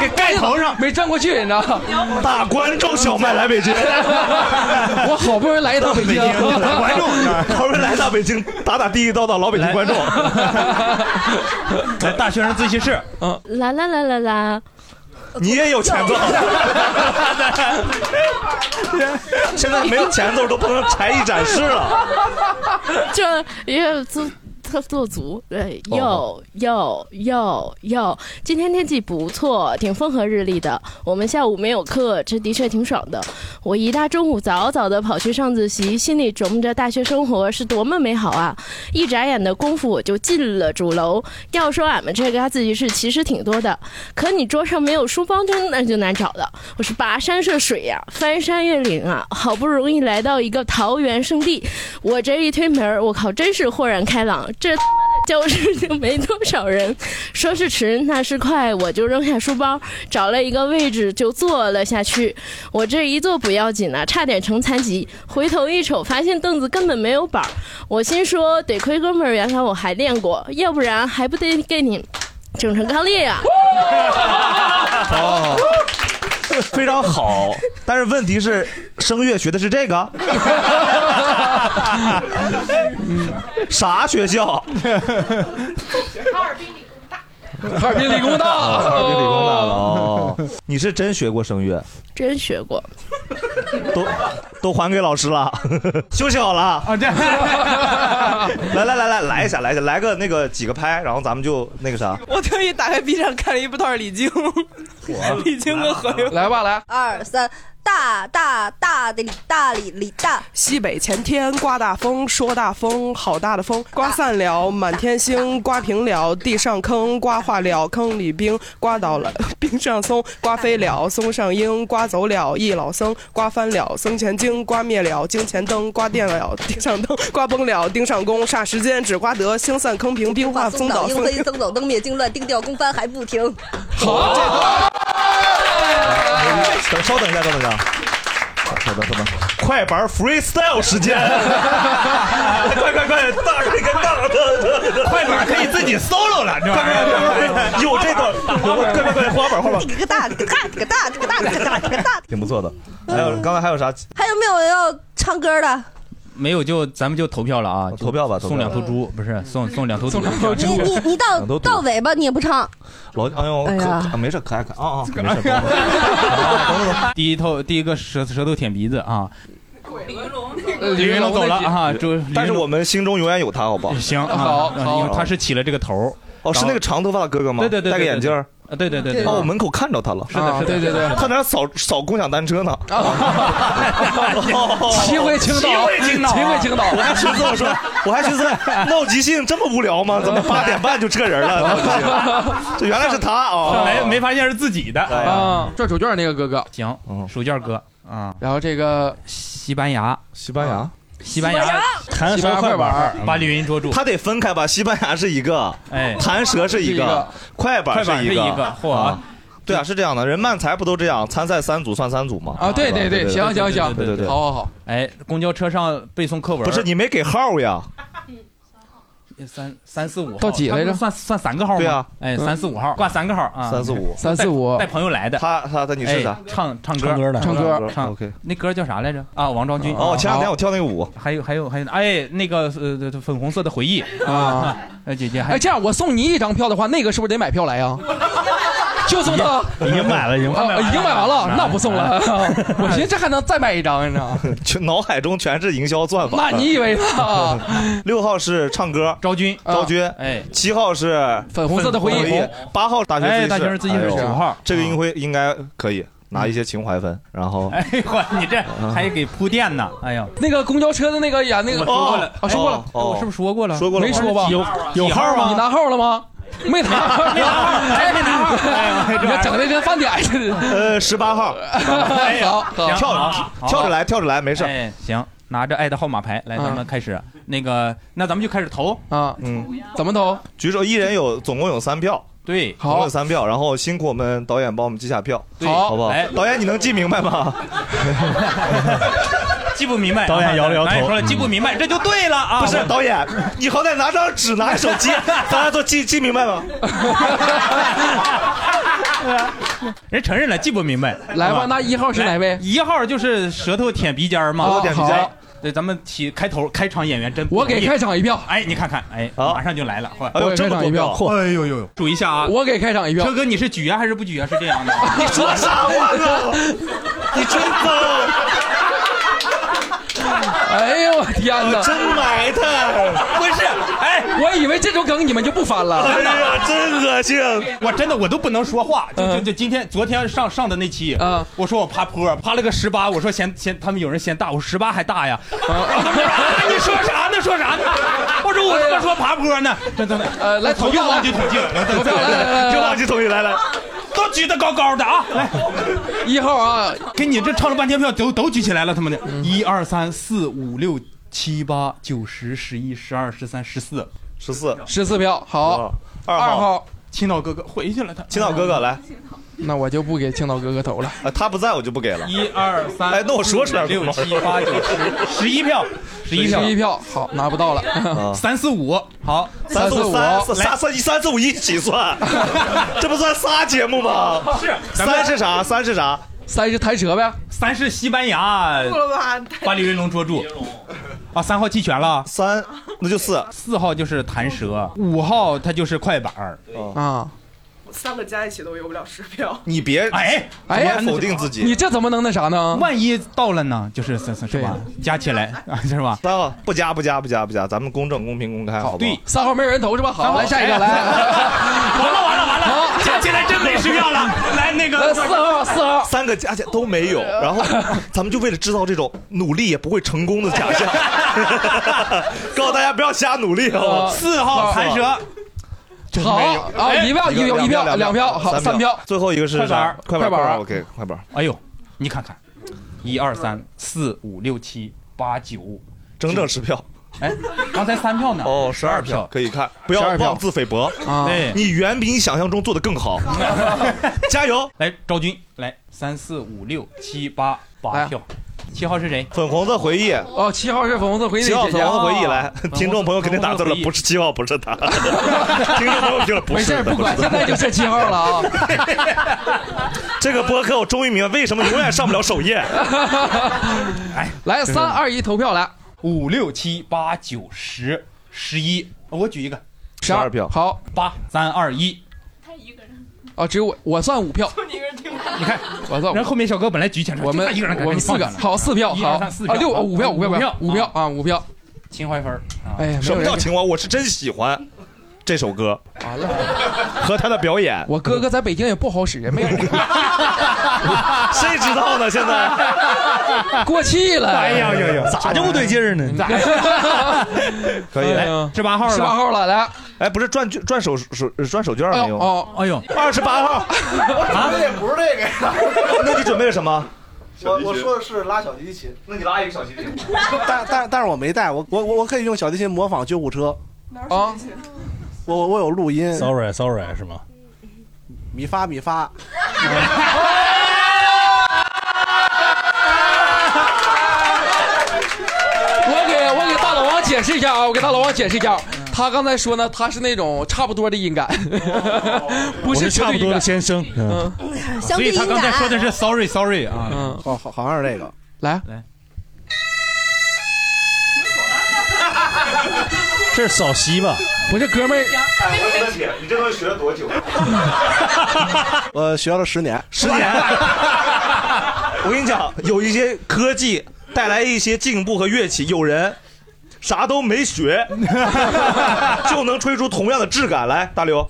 给盖头上，哎没转过去，你知道吗？大啊观众小麦来北京， 我好不容易来一趟北京，观众，好不容易来到北京，打打地地道道老北京观众。 来，大学生自习室，嗯啦啦啦啦啦，你也有前奏，现在没有前奏都不能才艺展示了。 这也做特做足，对，哦哟哟哟哟，今天天气不错，挺风和日丽的。我们下午没有课，这的确挺爽的。我一大中午早早的跑去上自习，心里琢磨着大学生活是多么美好啊！一眨眼的功夫我就进了主楼。要说俺们这嘎自习室其实挺多的，可你桌上没有书包就那就难找了。我是跋山涉水呀、翻山越岭啊，好不容易来到一个桃源圣地。我这一推门儿，我靠，真是豁然开朗，这他妈的教室就没多少人，说是迟那是快，我就扔下书包，找了一个位置就坐了下去。我这一坐不要紧了，差点成残疾。回头一瞅，发现凳子根本没有板儿，我心说得亏哥们儿原来我还练过，要不然还不得给你整成钢裂呀、哦，非常好。但是问题是，声乐学的是这个？啥学校？哈尔滨理工大哦哈尔滨理工大了哦。你是真学过声乐，真学过。都都还给老师了，休息好了啊！这啊来来来来来一下，来一下，来个那个几个拍，然后咱们就那个啥。我特意打开 B 站看了一部段李菁，李菁跟何 炅，来吧来二三，大大大的李大李李大，西北前天刮大风，说大风，好大的风，刮散了，满天星，刮平了，地上坑，刮化了，坑里冰，刮倒了， 冰上松，刮飞了，松上鹰，刮走了，一老僧，刮翻了，僧前经，刮灭了，经前灯，刮电了，钉上灯，刮崩了，钉上弓，霎时间只刮得，星散坑平，冰化松风倒倒，鹰 风飞，僧走灯灭，经乱钉掉，弓翻还不停。等 稍等一下，稍等一下，稍等稍等，快板 freestyle 时 间，快快快，大哥大大大，快板可以自己 solo 了，快快快快，有这个，快快快，花板花板， 这个大，这个大，这个大，这个大，这个大，这个大。 挺不错的。还嗯有刚才还有啥？还有没有要唱歌的？ 没有就咱们就投票了啊！投票吧，哦投票嗯送两头猪不是送送两头猪，你你你到两头堵到尾巴你也不唱，老哎呦，哎可呀啊没事，可爱可爱啊啊，没事。 第一头第一个舌舌头舔鼻子 啊！李李云龙走了啊，就但是我们心中永远有他，好不好？行啊因为他是起了这个头。哦，是那个长头发的哥哥吗？对对对对戴个眼镜儿。啊对对对对哦，我门口看着他了。是的是的啊对对对他在那扫扫共享单车呢。 骑回青岛骑回青岛啊，骑我还寻回青岛思我说，我还寻思闹即兴这么无聊吗？怎么八点半就撤人了？这原来是他哦，哎上来没发现是自己的啊，转手绢那个哥哥，行，手绢哥啊。然后这个西班牙，西班啊牙，西班牙弹舌舌快快板板，把李云捉住。他得分开吧？西班牙是一个，哎弹舌是一是一个个，快板快板是一一个嚯啊对啊，是这样的，人漫才不都这样？参赛三组算三组吗？啊对对对对，行行行对对对，好好好。哎，公交车上背诵课文。不是你没给号呀？三三四五到几来着算算三个号吗？对啊哎，嗯三四五号挂三个号啊，三四五三四五带带朋友来的。他他他你是啥哎唱唱歌唱歌的唱唱歌歌唱 OK 那歌叫啥来着？啊，王昭君。哦，前两天我跳那个舞，还有还有还有，哎，那个呃粉红色的回忆啊， 哎姐姐还哎，这样我送你一张票的话，那个是不是得买票来呀？ 就送到已经买了，已经买啊了，已经买完了，那不送了。啊我寻思这还能 再买一张，你知道吗？ 就脑海中全是营销算法。那你以为呢？ 六号是唱歌，昭君，昭君，哎，七号是粉红色的回忆八号大学自哎习室，大学自习室啊哎呦九号这个应会应该可以拿一些情怀分，然后 嗯哎呦，你这啊还给铺垫呢，哎呀，那个公交车的那个演那个我说过了啊，说过了，我是不是说过了？说过了没说吧？你拿号了吗？没拿号，没拿号哎没拿号哎你这整的跟饭点似的。呃，十八号，哎呀好行跳好好跳着 来跳着来没事哎，行，拿着爱的号码牌来，嗯咱们开始。那个，那咱们就开始投啊，嗯，怎么投？举手，一人有总共有三票。对，总共有三票，然后辛苦我们导演帮我们记下票，对好不好来？导演，你能记明白吗？记不明白。导演摇了摇头导演哎说了记不明白，这就对了啊。不是我导演，你好歹拿张纸，拿手 机，咱俩都记记明白吗？。人承认了，记不明白。来吧好那一号是哪位来一号就是舌头舔鼻尖儿嘛，舌头舔鼻尖儿好。对，咱们起开头开场演员真不我给容易开场一票。哎，你看看，哎，马上就来了。哎呦我给这么开场多一票票嚯哎呦呦呦，数一下啊！我给开场一票车哥，你是举啊还是不举啊？是这 样的 你说啥话 呢？你真脏！ 哎呦我天哪！真埋汰！不是，哎，我以为这种梗你们就不翻了。哎呀，真恶心！我真的我都不能说话，就嗯就就今天昨天上上的那期，我说我爬坡爬了个十八，我说嫌嫌他们有人嫌大，我十八还大呀，嗯他们说啊 你说啥呢说啥呢？我说我他妈说爬坡呢，真的呃来投又票忘记来统计了，投票来来来来又来忘记统计来来，都举得高高的啊，来一号啊，给你这唱了半天票都都举起来了，他们的一二三四五六七八九十十一十二十三十四。十四，十四票，好，二号，青岛哥哥回去了，他青岛哥哥来，那我就不给青岛哥哥投了，啊，他不在我就不给了。一二三，哎，那我说出来六七八九十，十一票，十一票， 11票，好，拿不到了，三四五，好，啊三四四五三四三三一三四五一起算，这不算仨节目 吗？是咱们三是啥？三是啥？三是台车呗，三是西班牙够哎了吧？把李云龙捉住。啊，三号弃权了，三那就四，四号就是弹舌，五号他就是快板儿啊。三个加一起都有不了十票。嗯你别哎哎呀怎么你这怎么能那啥呢？万一到了呢？就是是是是吧？加起来啊，是吧？三号不加不加不加不加，咱们公正公平公开，好不好？对，三号没有人投是吧？三好，号来下一个，哎来， 完了完了完了，加起来真没十票了。 来那个四号四号哎三个加起来都没有，然后咱们就为了制造这种努力也不会成功的假 象，告诉大家不要瞎努力啊！四号弹舌，哎好啊，一票一票一票两票，好三票，最后一个是快板啥儿快快板儿板，OK，快板儿。哎呦，你看看，一二三四五六七八九，整整十票。哎，刚才三票呢？哦，十二票可以看，不要12票妄自菲薄哎啊对你远比你想象中做的更 好，加油！来，昭君，来三四五六七啊八八票，七号是谁？粉红色回忆。哦，七号是粉红色回忆的七号姐姐粉啊，红色回忆来粉红，色听众朋友肯定打字了粉红色回，忆不是七号，不是他。 听众朋友听了，不没是事的，儿不管，是的现在就剩七号 了啊。这个播客我终于明白为什么永远上不了首页。来三二一投票来，五六七八九十十一，我举一个， 12票好，八三二一，啊，只有我我算 五票，你看我算五。然后后面小哥本来举起来，我们就他一个人敢我给们你四放个进来好四票一好二三四啊六好五票五票五票五票啊五票，情怀分儿啊哎呀，什么叫情？情怀？我是真喜欢这首歌完了和他的表演。我哥哥在北京也不好使，没有人谁知道呢？现在 过气 了。哎呀呀 呀咋就不对劲儿呢？咋？可以来哎呀十八号十八号了，来，哎，不是转卷转手手转手绢没有？哦，哎呦，二十 八号，啊，也不是这个呀。那你准备了什么？我我说的是拉小提琴，那你拉一个小提琴。但但但是我没带，我我我我可以用小提琴模仿救护车，啊，我我我有录音。 Sorry Sorry 是吗？米发米发，我给我给大老王解释一下啊，我给大老王解释一下，他刚才说呢，他是那种差不多的音感，不是绝对音感。先生，嗯，所以他刚才说的是 sorry sorry 啊，嗯，好好好像是这个。来来，这是扫息吧？不是哥们儿，哎，我问姐，你这东西学了多 久？我学了十年，十年。我跟你讲，有一些科技带来一些进步和乐器，有人啥都没 学，就能吹出同样的质感来。大刘，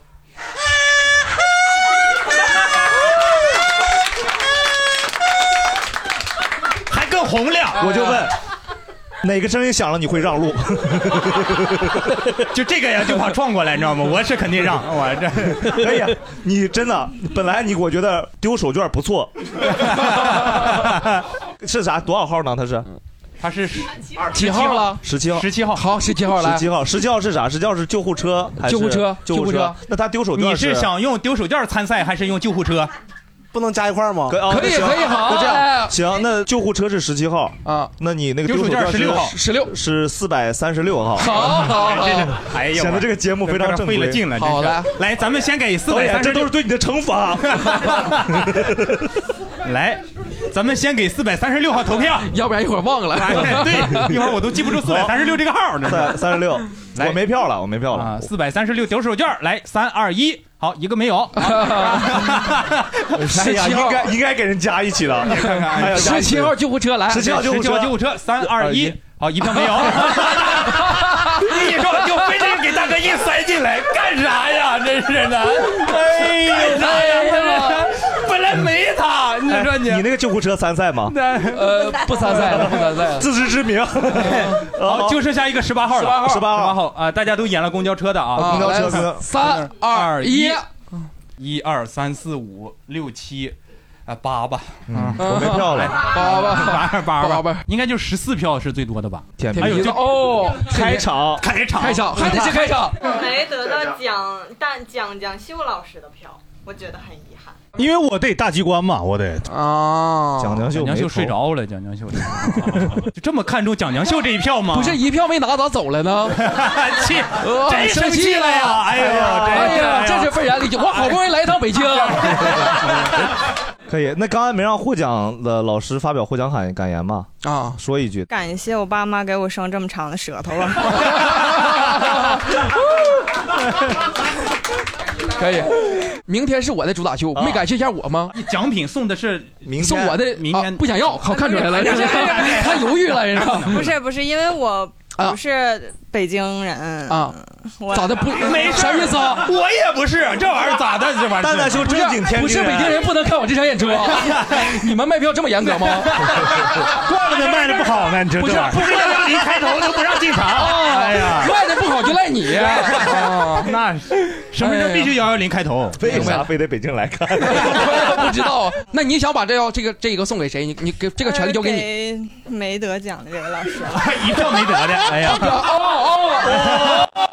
还更红亮。我就问， 哪个声音响了你会让路？ 就这个呀，就怕撞过来，你知道 吗？我是肯定让，我这哎呀，你真的，本来你我觉得丢手绢不 错，是啥多少号呢？他是他是几号了？十七号，十七号，好，十七号来十七号，十七号是啥？十七号是救护车还是救护车救护救护车车。那他丢手绢你是想用丢手绢参赛，还是用救护车？不能加一块儿吗？可以哦可以那行可以好那这哎样行，那救护车是十七号啊，那你那个丢手绢绢16号十六是四百三十六号，好好好，哎 呀，显得这个节目非常正规费了劲了。真是好来来，咱们先给四导百演，三这十都是对你的惩 罚。来，咱们先给四百三十六号投票。要不然一会儿忘了。哎对，一会儿我都记不住四百三十六这个号呢。三三十六，我没票了，我没票啊了，，四百三十六丢手绢儿，来，三二一，好，一个没 有。哎呀， 17应号该应该给人加一起哦了。哎呀十七号，救护车来，十七号救护十七号车，救护车，三二一，好，一票没有。你说就非得给大哥硬塞进来，干啥呀？真是的，哎呦，呀？本来没他，你哎说你那个救护车参赛吗？呃，不参赛了，不参赛了。自知之明。哦好，就剩下一个十八号了，十八十八号，号啊，大家都演了公交车的啊，啊，来三二一，一二三四五六七啊八吧，嗯我没票了八吧，八八八吧，应该就十四票是最多的吧？天还有鼻子就哦开场，开场，开场还得是开场我没得到蒋但蒋蒋秀老师的票，我觉得很遗憾。因为我得大局观嘛，我得啊。蒋江秀没蒋江秀投睡着 了，蒋江秀睡着了 就这么看重蒋江秀这一票吗？不是一票没拿咋走 了呢？哎气呃真生气了呀哎呦真哎是哎呀，哎呀这是被人理解。我好不容易来一趟北京，可以，那刚才没让获奖的老师发表获奖感感言吗？啊，说一句。感谢我爸妈给我生这么长的舌头了。可以。明天是我的主打秀，没感谢一下我吗？奖品送的是明是我的，明天不想要，好看出来了，不是 他犹豫了，人家不是不是，因为我不是北京人啊，我咋的不没事啥意思啊？我也不是，这玩意儿咋的？这玩意儿蛋蛋是秀正经天津人不是北京人不能看我这场演出啊你们卖票这么严格吗？怪不得卖的不好呢，你这不是这玩意不儿是这一开头就不让 进场啊哎呀卖的不好就赖你。啊那身份证必须幺幺零开头，哎为啥非得北京来看？不知道，那你想把这要这个这个送给谁？你你给这个权利交给你。你。没得奖的这位老师， 一票没得的，哎呀哦哦，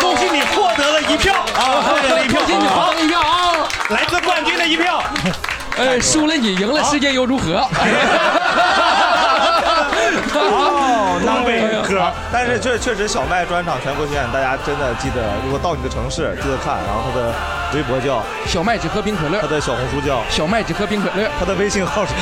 恭喜你获得了一票啊，哎获得了一票，恭喜你获得一票啊，来自冠军的一 票。哎，输了你，赢了世界又如何？哦， 南哎北歌。但是确确实小麦专场全国巡演，大家真的记得，如果到你的城市，记得看。然后他的微博叫小麦只喝冰可乐，他的小红书叫小麦只喝冰可乐， 他的微信号是。